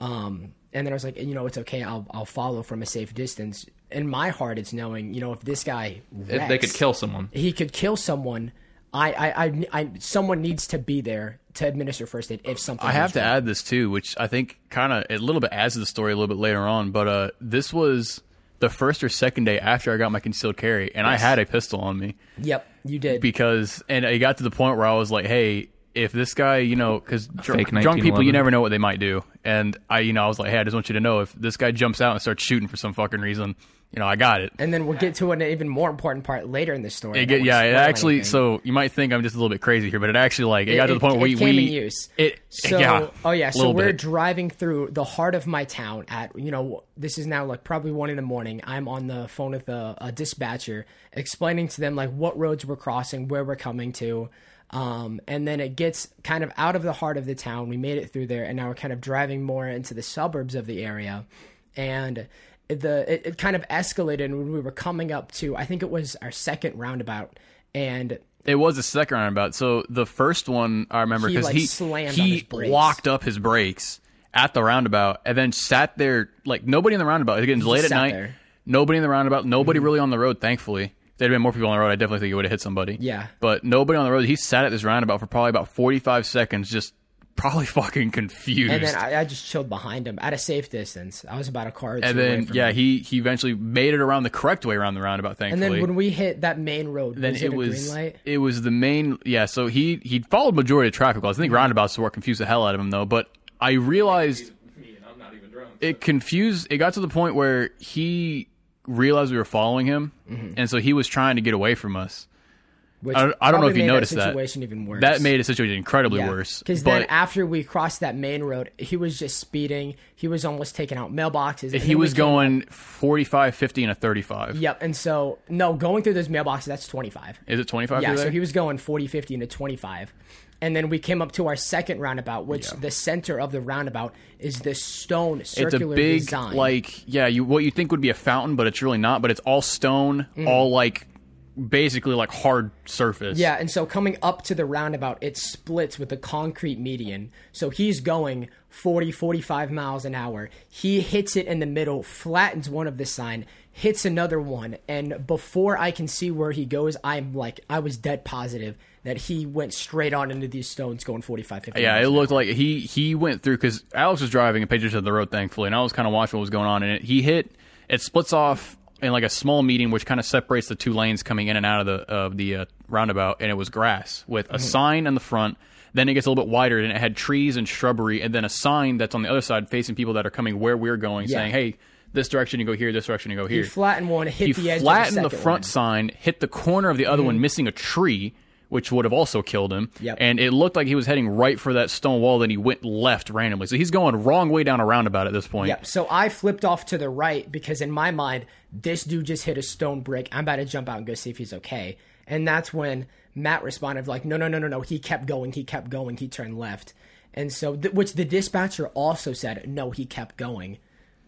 Um, and then I was like, you know, it's okay. I'll I'll follow from a safe distance. In my heart, it's knowing, you know, if this guy if they could wrecks- kill someone. he could kill someone. I, I, I, I, someone needs to be there to administer first aid if something. I have goes to wrong. add this too, which I think kind of a little bit adds to the story a little bit later on. But uh, this was the first or second day after I got my concealed carry, and I had a pistol on me Yep, you did. because, and it got to the point where I was like, "Hey, if this guy, you know, because drunk, Fake drunk people, 1911. you never know what they might do." And I, you know, I was like, "Hey, I just want you to know if this guy jumps out and starts shooting for some fucking reason, you know, I got it." and then we'll get to an even more important part later in this story. I It don't get- wanna yeah, it spoil actually. anything. So you might think I'm just a little bit crazy here, but it actually like it, got to the point where we it came we in use. It, so yeah, oh yeah, so little we're bit. driving through the heart of my town at you know this is now like probably one in the morning. I'm on the phone with a, a dispatcher explaining to them like what roads we're crossing, where we're coming to. Um, and then it gets kind of out of the heart of the town. We made it through there, and now we're kind of driving more into the suburbs of the area. And the it, it kind of escalated when we were coming up to I think it was our second roundabout, and It was the second roundabout. So the first one I remember He, because like, he slammed he on his brakes. locked up his brakes at the roundabout and then sat there like nobody in the roundabout. Again, it's late at sat night. there. Mm-hmm. Nobody in the roundabout. Nobody really on the road. Thankfully, if there'd been more people on the road. I definitely think he would have hit somebody. Yeah. but nobody on the road. He sat at this roundabout for probably about forty five seconds, just probably fucking confused. And then I, I just chilled behind him at a safe distance. I was about a car. Or two And away then, from yeah, him. he he eventually made it around the correct way around the roundabout. And Thankfully, then when we hit that main road, then was it, it a was green light? it was the main yeah so he he followed majority of traffic laws i think roundabouts is what confused the hell out of him though but i realized it confused it got to the point where he realized we were following him Mm-hmm. and so he was trying to get away from us Which I don't- I don't know probably if you made noticed that that. situation even worse. that made the situation incredibly worse Because but then after we crossed that main road, he was just speeding. He was almost taking out mailboxes. and then he we was came- going 45 50 and a 35 Yep. And so no, going through those mailboxes, that's twenty five. is it 25 Yeah, through so there? he was going 40, 50 into 25. And then we came up to our second roundabout, which the center of the roundabout is this stone it's a circular big design. Mm. like yeah you what you think would be a fountain but it's really not but it's all stone all like basically like hard surface. Yeah, and so coming up to the roundabout, it splits with the concrete median. So he's going 40, 45 miles an hour. He hits it in the middle, flattens one of the sign, hits another one, and before I can see where he goes, I'm like, I was dead positive that he went straight on into these stones going 45, 50 Yeah, miles. it looked like he he went through because Alex was driving and Patriots of the road, thankfully, and I was kind of watching what was going on. And it, he hit it splits off in like a small median, which kind of separates the two lanes coming in and out of the of the uh, roundabout, and it was grass with Mm-hmm. a sign in the front. Then it gets a little bit wider, and it had trees and shrubbery, and then a sign that's on the other side facing people that are coming where we're going, Yeah. saying, "Hey, this direction you go here, this direction you go here." He flattened one, hit he the edge flattened of the, the, second front one. Mm-hmm. sign, hit the corner of the other one, missing a tree, which would have also killed him. Yep. And it looked like he was heading right for that stone wall. Then he went left randomly, so he's going wrong way down a roundabout at this point. Yep. So I flipped off to the right because in my mind, this dude just hit a stone brick. I'm about to jump out and go see if he's okay. And that's when Matt responded like, no, no, no, no, no. He kept going. He kept going. He turned left. And so, th- which the dispatcher also said, no, he kept going.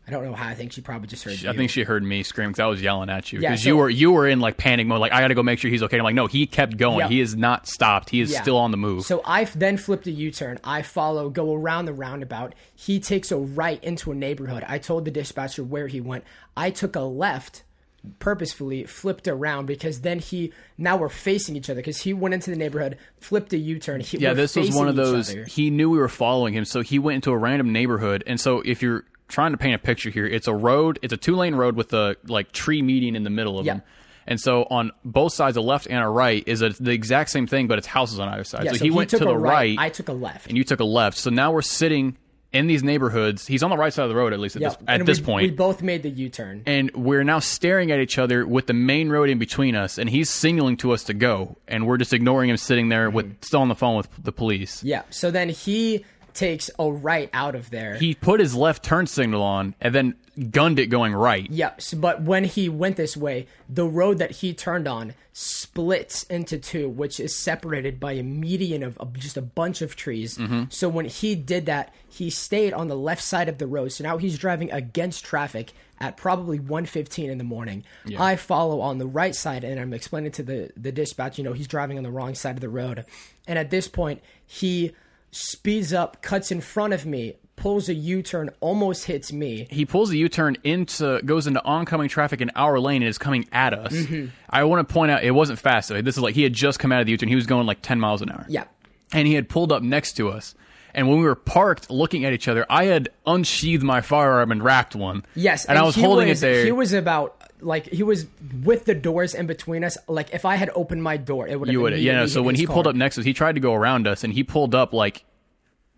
I don't know how. I think she probably just heard. I you. think she heard me scream because I was yelling at you Yeah, because so- you were you were in like panic mode, like I got to go make sure he's okay. I'm like, no, he kept going. Yep. He is not stopped. He is Yeah. still on the move. So I f- then flipped a U turn. I follow, go around the roundabout. He takes a right into a neighborhood. I told the dispatcher where he went. I took a left purposefully, flipped around because then he, now we're facing each other because he went into the neighborhood, flipped a U turn. yeah, this was one of those. He knew we were following him, so he went into a random neighborhood. And so, if you're trying to paint a picture here, it's a road. It's a two lane road with a like tree median in the middle of Yeah. them. And so, on both sides, a left and a right, is a, the exact same thing, but it's houses on either side. Yeah, so, he, went to took the a right, I took a left. and you took a left. So now we're sitting in these neighborhoods. He's on the right side of the road, at least at Yep. this at And this we- point We both made the U turn. and we're now staring at each other with the main road in between us, and he's signaling to us to go, and we're just ignoring him, sitting there Mm-hmm. with still on the phone with the police. Yeah. So then he takes a right out of there. He put his left turn signal on and then gunned it going right. Yep. s but when he went this way, the road that he turned on splits into two, which is separated by a median of, of just a bunch of trees. So when he did that, he stayed on the left side of the road. So now he's driving against traffic at probably 1.15 in the morning. I follow on the right side and I'm explaining to the, the dispatch, you know, he's driving on the wrong side of the road. And at this point, he speeds up, cuts in front of me, pulls a U-turn, almost hits me. He pulls a U turn into goes into oncoming traffic in our lane and is coming at us. Mm-hmm. I want to point out it wasn't fast. though. This is like he had just come out of the U turn. He was going like ten miles an hour. Yeah. and he had pulled up next to us. And when we were parked looking at each other, I had unsheathed my firearm and racked one. Yes, and, I was he holding was- it there. He was about like he was with the doors in between us. Like if I had opened my door, it would have You would, you know. immediately So hit when his he pulled car. up next to us, he tried to go around us, and he pulled up like,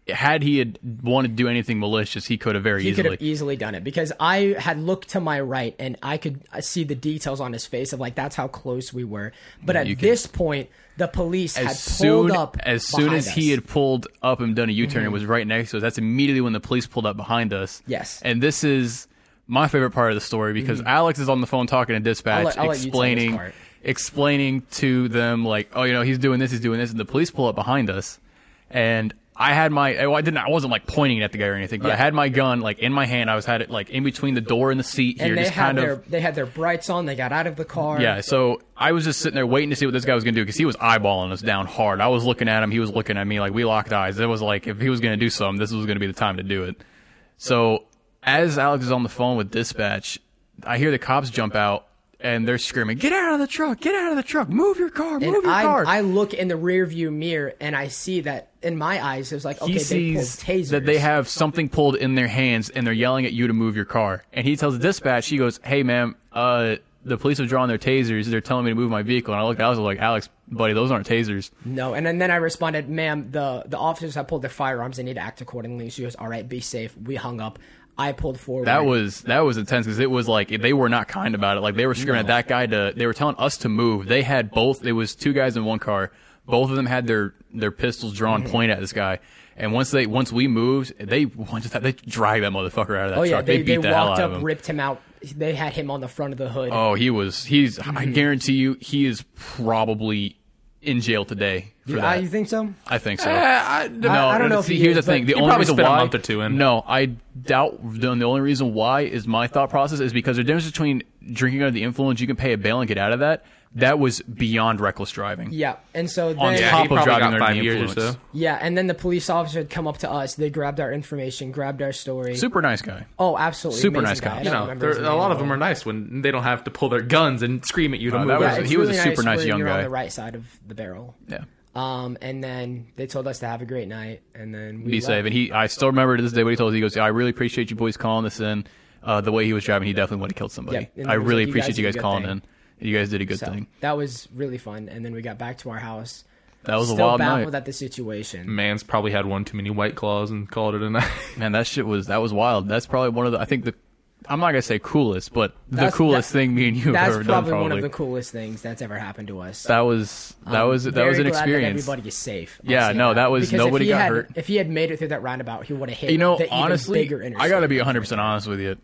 had he had wanted to do anything malicious, he could have very he could easily. have easily done it because I had looked to my right and I could uh, see the details on his face of like that's how close we were. But at you can- this point, the police had pulled as soon up as soon behind as he us. Mm-hmm. had pulled up and done a U-turn and was right next to us, that's immediately when the police pulled up behind us. Yes. Mm-hmm. and this is my favorite part of the story because Alex is on the phone talking to dispatch, I'll let- I'll let you tell this explaining part. explaining to them like, oh, you know, he's doing this, he's doing this, and the police pull up behind us, and. I had my well, I didn't I wasn't like pointing it at the guy or anything, but I had my gun like in my hand. I was had it like in between the door and the seat here, and they just had kind their of they had their brights on. They got out of the car. yeah, so I was just sitting there waiting to see what this guy was going to do because he was eyeballing us down hard. I was looking at him, he was looking at me, like we locked eyes. It was like if he was going to do something, this was going to be the time to do it. So as Alex is on the phone with dispatch, I hear the cops jump out and they're screaming, "Get out of the truck! Get out of the truck! Move your car! Move And your I, car!" I look in the rearview mirror and I see that in my eyes it was like okay he they pulled sees tasers that they have something pulled in their hands and they're yelling at you to move your car. And he tells the dispatch, he goes, "Hey, ma'am, uh, the police have drawn their tasers. They're telling me to move my vehicle." And I looked at Alex, I was like, "Alex, buddy, those aren't tasers." No, and, and then I responded, "Ma'am, the the officers have pulled their firearms. They need to act accordingly." She goes, "All right, be safe." We hung up. I pulled forward. That was that was intense because it was like they were not kind about it. Like they were screaming at that guy to. They were telling us to move. They had both. It was two guys in one car. Both of them had their their pistols Mm-hmm. drawn, pointing at this guy. And once they once we moved, they once that they dragged that motherfucker out of that Oh yeah, truck. they, beat they, the hell walked out of up, him. ripped him out. They had him on the front of the hood. Oh, he was. He's. I Mm-hmm. guarantee you, he is probably in jail today for Ah, that. you think so? I think so. I, no, I don't know if see, he here's is, the thing. but The he only probably reason spent a why, month or two in. No, I doubt. The only reason why is my thought process is because the difference between drinking under the influence, you can pay a bail and get out of that. That was beyond reckless driving. Yeah, and so On then, Yeah, top he of probably driving got under five the years or influence. so. yeah, and then the police officer had come up to us. They grabbed our information, grabbed our story. Super nice guy. oh, absolutely, super amazing nice guy. I don't cop. You You know, remember there, his a name lot of at them all. are nice when they don't have to pull their guns and scream at you to that move. was- Yeah, on. it's he was a really super nice when young you're On guy. the right side of the barrel. Yeah. Um, and then they told us to have a great night, and then we Be left. safe. And he, I still remember to this day what he told us. He goes, "I really appreciate you boys calling this in. Uh, the way he was driving, he definitely would have killed somebody. Yep. And I he was like, "You really guys appreciate did a you guys good calling thing." in. You guys did a good So thing. that was really fun. And then we got back to our house. That was Still a wild night, baffled at the situation. Man's probably had one too many white claws and called it a night. man. That shit was that was wild. That's probably one of the. I think the. I'm not gonna say coolest, but That's- the coolest that- thing me and you have That's ever probably, done. Probably one of the coolest things that's ever happened to us. that was that was that Very was an glad that experience. everybody is safe. I'll Yeah, say no, that was- Because if nobody he got had- hurt. If he had made it through that roundabout, he would have hit. You know, the even honestly, bigger I got to intersection. be 100 percent honest with you.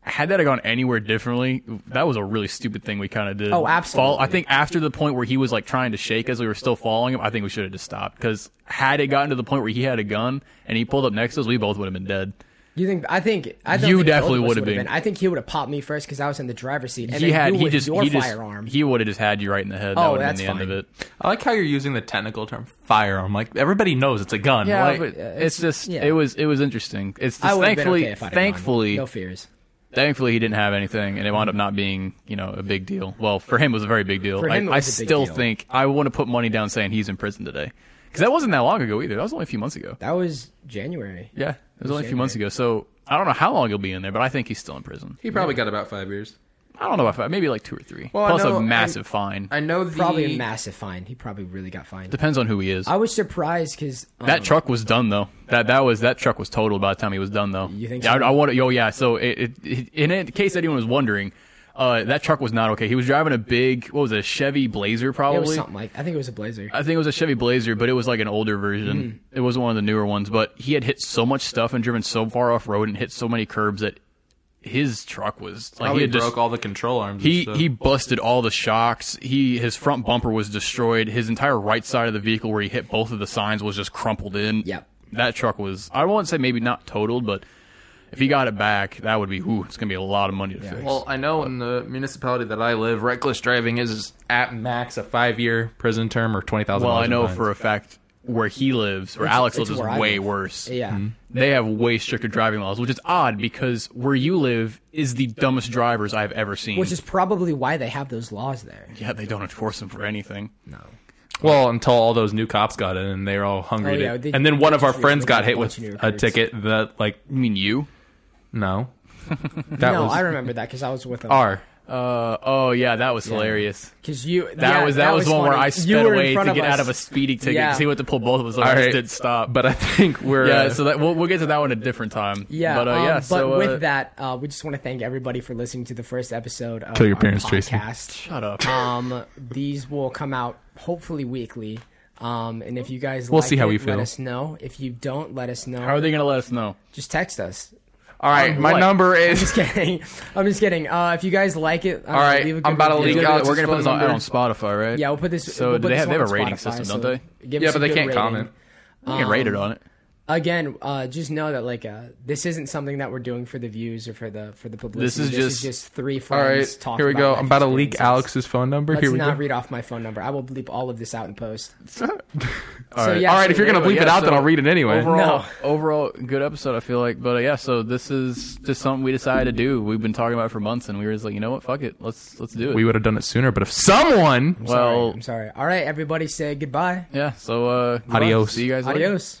Had that gone anywhere differently, that was a really stupid thing we kind of did. Oh, absolutely. Fall, I think after the point where he was like trying to shake us, we were still following him. I think we should have just stopped because had it gotten to the point where he had a gun and he pulled up next to us, we both would have been dead. You think? I think. I don't think You both of definitely us would've would've been. I think he would have popped me first because I was in the driver's seat. And he then had. you He with just. Your he just. firearm. He would have just had you right in the head. Oh, that would have that's been the end fine. of it. I like how you're using the technical term firearm. Like everybody knows it's a gun. like, but it's just. yeah. It was. It was interesting. It's I just, would have been thankfully. okay if I'd have gone. thankfully, no fears. Thankfully, he didn't have anything, and it wound up not being, you know, a big deal. Well, for him, it was a very big deal. For him, I, it I was a big still deal. think I want to put money down saying he's in prison today, because that wasn't that long ago either. That was only a few months ago. That was January. Yeah, it was only a few months ago. So I don't know how long he'll be in there, but I think he's still in prison. He probably got about five years. I don't know if I, maybe like two or three, Well, I plus know- a I- massive fine. I know the Probably a massive fine. He probably really got fined. Depends on who he is. I was surprised because that truck was done though. That that was that truck was totaled by the time he was done though. You think Yeah, so? I, I want to. Oh yeah. So it, it, it, in it- in case anyone was wondering, uh, that truck was not okay. He was driving a big what was it, a Chevy Blazer it probably. was something like I think it was a blazer. I think it was a Chevy Blazer, but it was like an older version. Hmm. It wasn't one of the newer ones, but he had hit so much stuff and driven so far off road and hit so many curbs that his truck was like he probably had broke just, all the control arms. and he stuff. he busted all the shocks. He his front bumper was destroyed. His entire right side of the vehicle where he hit both of the signs was just crumpled in. Yep. That truck was I won't say maybe not totaled, but if he got it back, that would be ooh, it's gonna be a lot of money to fix. Well, I know in the municipality that I live, reckless driving is at max a five year prison term or twenty thousand. Well, I know for a fact where he lives, where Alex it's lives, is where I way live. worse. Yeah. Mhm. They have way stricter driving laws, which is odd because where you live is the dumbest drivers I've ever seen. which is probably why they have those laws there. yeah, they don't enforce them for anything. well until all those new cops got in and they were all hungry. Oh, to- yeah, they- and then one of our they friends did got a hit bunch with of new a recruits. ticket that like I mean, you? no, that no, was I remember that because I was with them. our. Uh, oh yeah, that was hilarious. Because you that was that, was, one where I sped away to get out of a speeding ticket Yeah. because he went to pull both of us. Like, All I just right. didn't stop. But I think we're yeah, uh, so that we'll, we'll get to that one a different time. Yeah, but uh, yeah. um, so but with uh, that, uh, we just want to thank everybody for listening to the first episode of Kill your our parents, Tracy. podcast. shut up. Um, these will come out hopefully weekly. Um, and if you guys We'll like see how it, we let feel. us know. If you don't, let us know. How are they gonna let us know? Just text us. all right. on My what? number I'm is just kidding. I'm just kidding. Uh, if you guys like it, all right, I'm about to leak We're gonna, Alex's we're gonna put phone this on, out number. on Spotify, right? Yeah, we'll put this. So we'll do put they this have- they on have a rating Spotify, system, so don't they? give yeah, us a but they good can't rating. comment. we can rate it on Um, it. Again, uh, just know that like uh, this isn't something that we're doing for the views or for the for the publicity. This is just- three All friends right. talking. Here we go. about I'm about to life leak experiences. Alex's phone number. Let's here we not go. read off my phone number. I will bleep all of this out in post. All So, right. yeah, all right. so If you're there gonna we bleep yeah, it out, then so I'll read it anyway. Overall, No. overall, good episode. I feel like, but uh, yeah. So this is just something we decided to do. We've been talking about it for months, and we were just like, you know what? Fuck it. Let's let's do it. We would have done it sooner, but if someone Sorry, well, I'm sorry. All right, everybody, say goodbye. yeah. So uh, goodbye. Adios. See you guys. later. Adios.